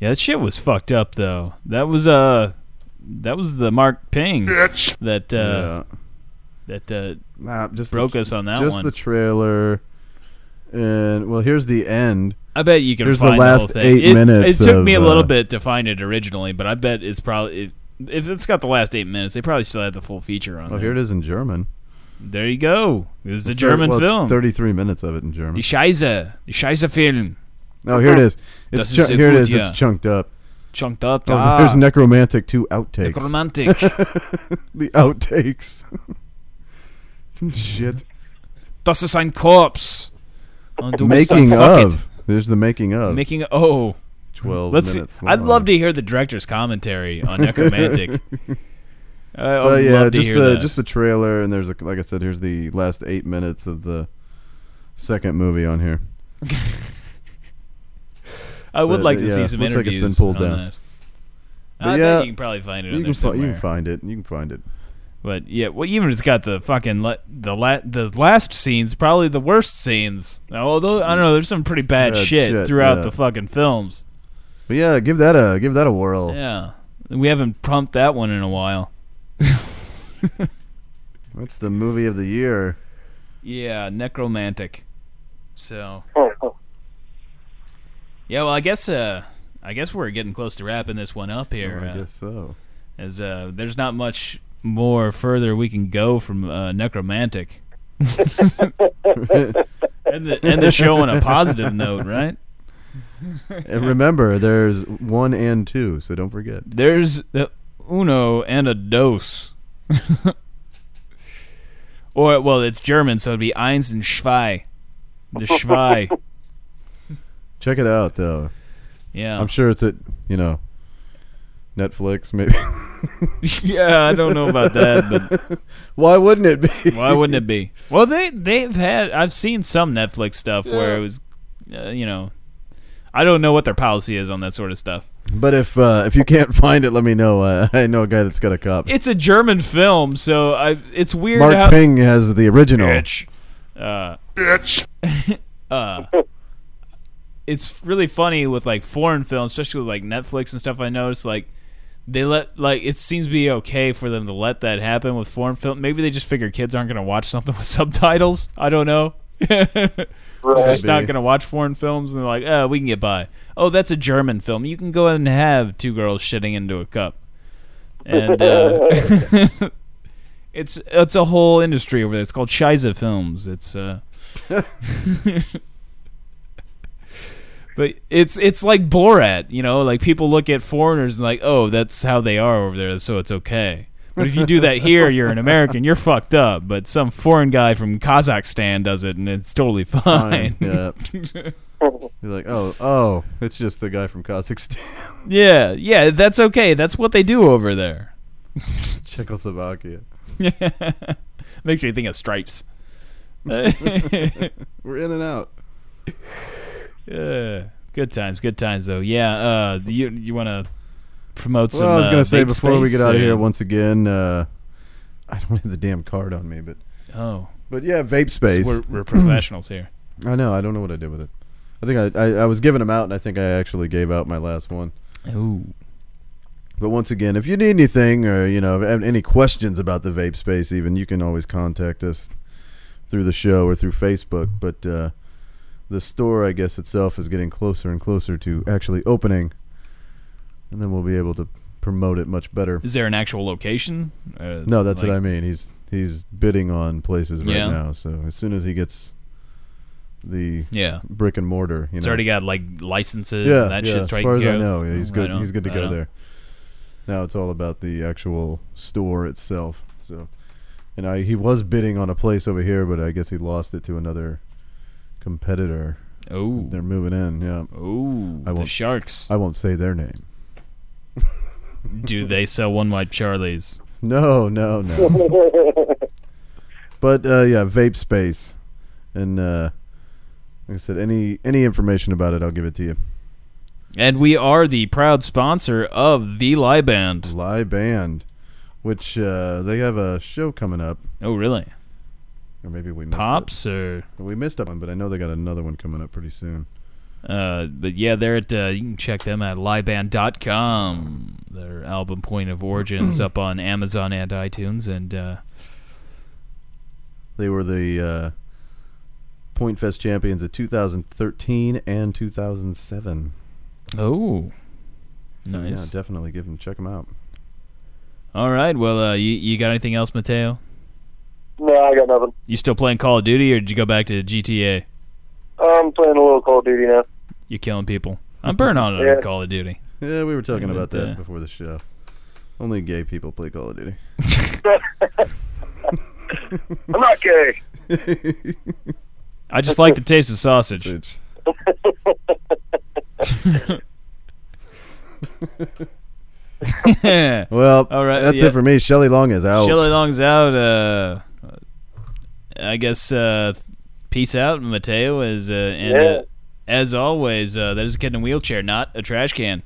Yeah, that shit was fucked up though. That was uh, that was the Mark Ping that uh, yeah. that uh, Nah, just the broke tr- us on that just one. the trailer. And well, here's the end. I bet you can Here's the find last whole thing. eight it, minutes It took of, me a uh, little bit to find it originally, but I bet it's probably it, if it's got the last eight minutes, they probably still had the full feature on. Oh, there. here it is in German. There you go. It's a German well, it's film. 33 minutes of it in German. Die Scheiße. Die Scheiße Film. Oh, here it is. Das It's ist chu- sehr here it gut, is. It's ja. chunked up. Chunked up. Oh, ah, there's Necromantic 2 [LAUGHS] outtakes. romantic. the outtakes. Shit. das ist ein Korps. Und du musst making dann- fuck of. There's the making It. of. Making oh. 12 Let's see. minutes. I'd long. love to hear the director's commentary [LAUGHS] on Necromantic. I But would yeah, love to just hear the that. just the trailer, and there's a, like I said, here's the last eight minutes of the second movie on here. I would but, like to yeah, see some looks like it's interviews been pulled on down. that. But I yeah, bet you can probably find it. on You there can, fi- you somewhere. can find it. You can find it. But yeah, well, even it's got the fucking la- the la- the last scenes, probably the worst scenes. Although I don't know, there's some pretty bad Bad shit, shit, throughout yeah. the fucking films. But yeah, give that a give that a whirl. Yeah, we haven't pumped that one in a while. That's the movie of the year. Yeah, necromantic. So Oh, yeah, well, I guess uh, I guess we're getting close to wrapping this one up here. Oh, I uh, [LAUGHS] guess so. as uh, there's not much more further we can go from uh, necromantic. end, the, end the show on a positive [LAUGHS] note, right? And remember, there's one and two, so don't forget. There's the uno and a dos. or well, it's German, so it'd be eins and zwei. [LAUGHS] The zwei. Check it out, though. Yeah. I'm sure it's at you know Netflix. Maybe [LAUGHS] yeah, I don't [LAUGHS] know about that, but why wouldn't it be? Why wouldn't it be? Well, they they've had. I've seen some Netflix stuff where it was, uh, you know, I don't know what their policy is on that sort of stuff. But if uh, if you can't find it, let me know. Uh, I know a guy that's got a copy. It's a German film, so I it's weird Mark how Ping has the original. bitch, uh, bitch. uh, it's really funny with like foreign films, especially with like Netflix and stuff. I noticed like. They let like it seems to be okay for them to let that happen with foreign film. Maybe they just figure kids aren't going to watch something [LAUGHS] with subtitles. I don't know. [LAUGHS] right. They're just not Maybe. going to watch foreign films and they're like, oh, we can get by. Oh, that's a German film. You can go and have two girls shitting into a cup. And uh, [LAUGHS] it's it's a whole industry over there. It's called Shiza Films. It's uh [LAUGHS] But it's it's like Borat, you know, like people look at foreigners and like, "Oh, that's how they are over there, so it's okay." But if you do that here, you're an American, you're fucked up. But some foreign guy from Kazakhstan does it and it's totally fine. Fine, [LAUGHS] [LAUGHS] Yeah. You're like, oh, oh, it's just the guy from Kazakhstan, [LAUGHS] Yeah, yeah, that's okay. That's what they do over there. [LAUGHS] Czechoslovakia. Makes me think of stripes. Oh, yeah. We're in and out. Good times, good times though. Yeah, uh do you you want to promote some Well, I was uh, gonna say vape before we space get out of or- here once again, uh, I don't have the damn card on me, but Oh, but yeah, vape space. we're, we're professionals here. I know. I don't know what I did with it. I think I, I, I was giving them out, and I think I actually gave out my last one. Ooh. But once again, if you need anything or you know have any questions about the vape space, even you can always contact us through the show or through Facebook. But uh, the store, I guess itself, is getting closer and closer to actually opening, and then we'll be able to promote it much better. Is there an actual location? Uh, No, that's what like- I mean. He's he's bidding on places right Yeah. now. So as soon as he gets the Yeah. brick and mortar, you It's know, already got like licenses yeah, and that yeah, shit's as right far as I go. know, yeah, he's Right good. on, he's good to right go on. there. Now it's all about the actual store itself. So, and I he was bidding on a place over here, but I guess he lost it to another competitor. Oh. They're moving in. Yeah, Oh, the I won't- sharks. I won't say their name. Do they sell one like Charlie's? No, no, [LAUGHS] no. but uh, yeah, vape space, and uh, like I said, any any information about it, I'll give it to you. And we are the proud sponsor of the Lie Band. Lie Band, which uh, they have a show coming up, Oh, really? or maybe we missed Pops or It. We missed that one, but I know they got another one coming up pretty soon. uh but yeah, they're at uh, you can check them at lieband.com. Their album Point of Origins up on Amazon and iTunes and uh They were the uh, Point Fest champions of 2013 and 2007. oh. So Nice. yeah, definitely give them check them out. All right. Well, uh you you got anything else, Mateo? no, I got nothing. You still playing Call of Duty or did you go back to GTA? I'm playing a little Call of Duty now. You're killing people. I'm burnt out on Yeah. Call of Duty. Yeah, we were talking But, about that uh, before the show. Only gay people play Call of Duty. [LAUGHS] I'm not gay. I just like the taste of sausage. [LAUGHS] Bitch. Shelly [LAUGHS] Well, All right, that's yeah. it for me. Shelley Long is out. Long's out. Uh, I guess uh, peace out, Mateo. Is uh, and Yeah. uh, as always, uh, there's a kid in a wheelchair, not a trash can.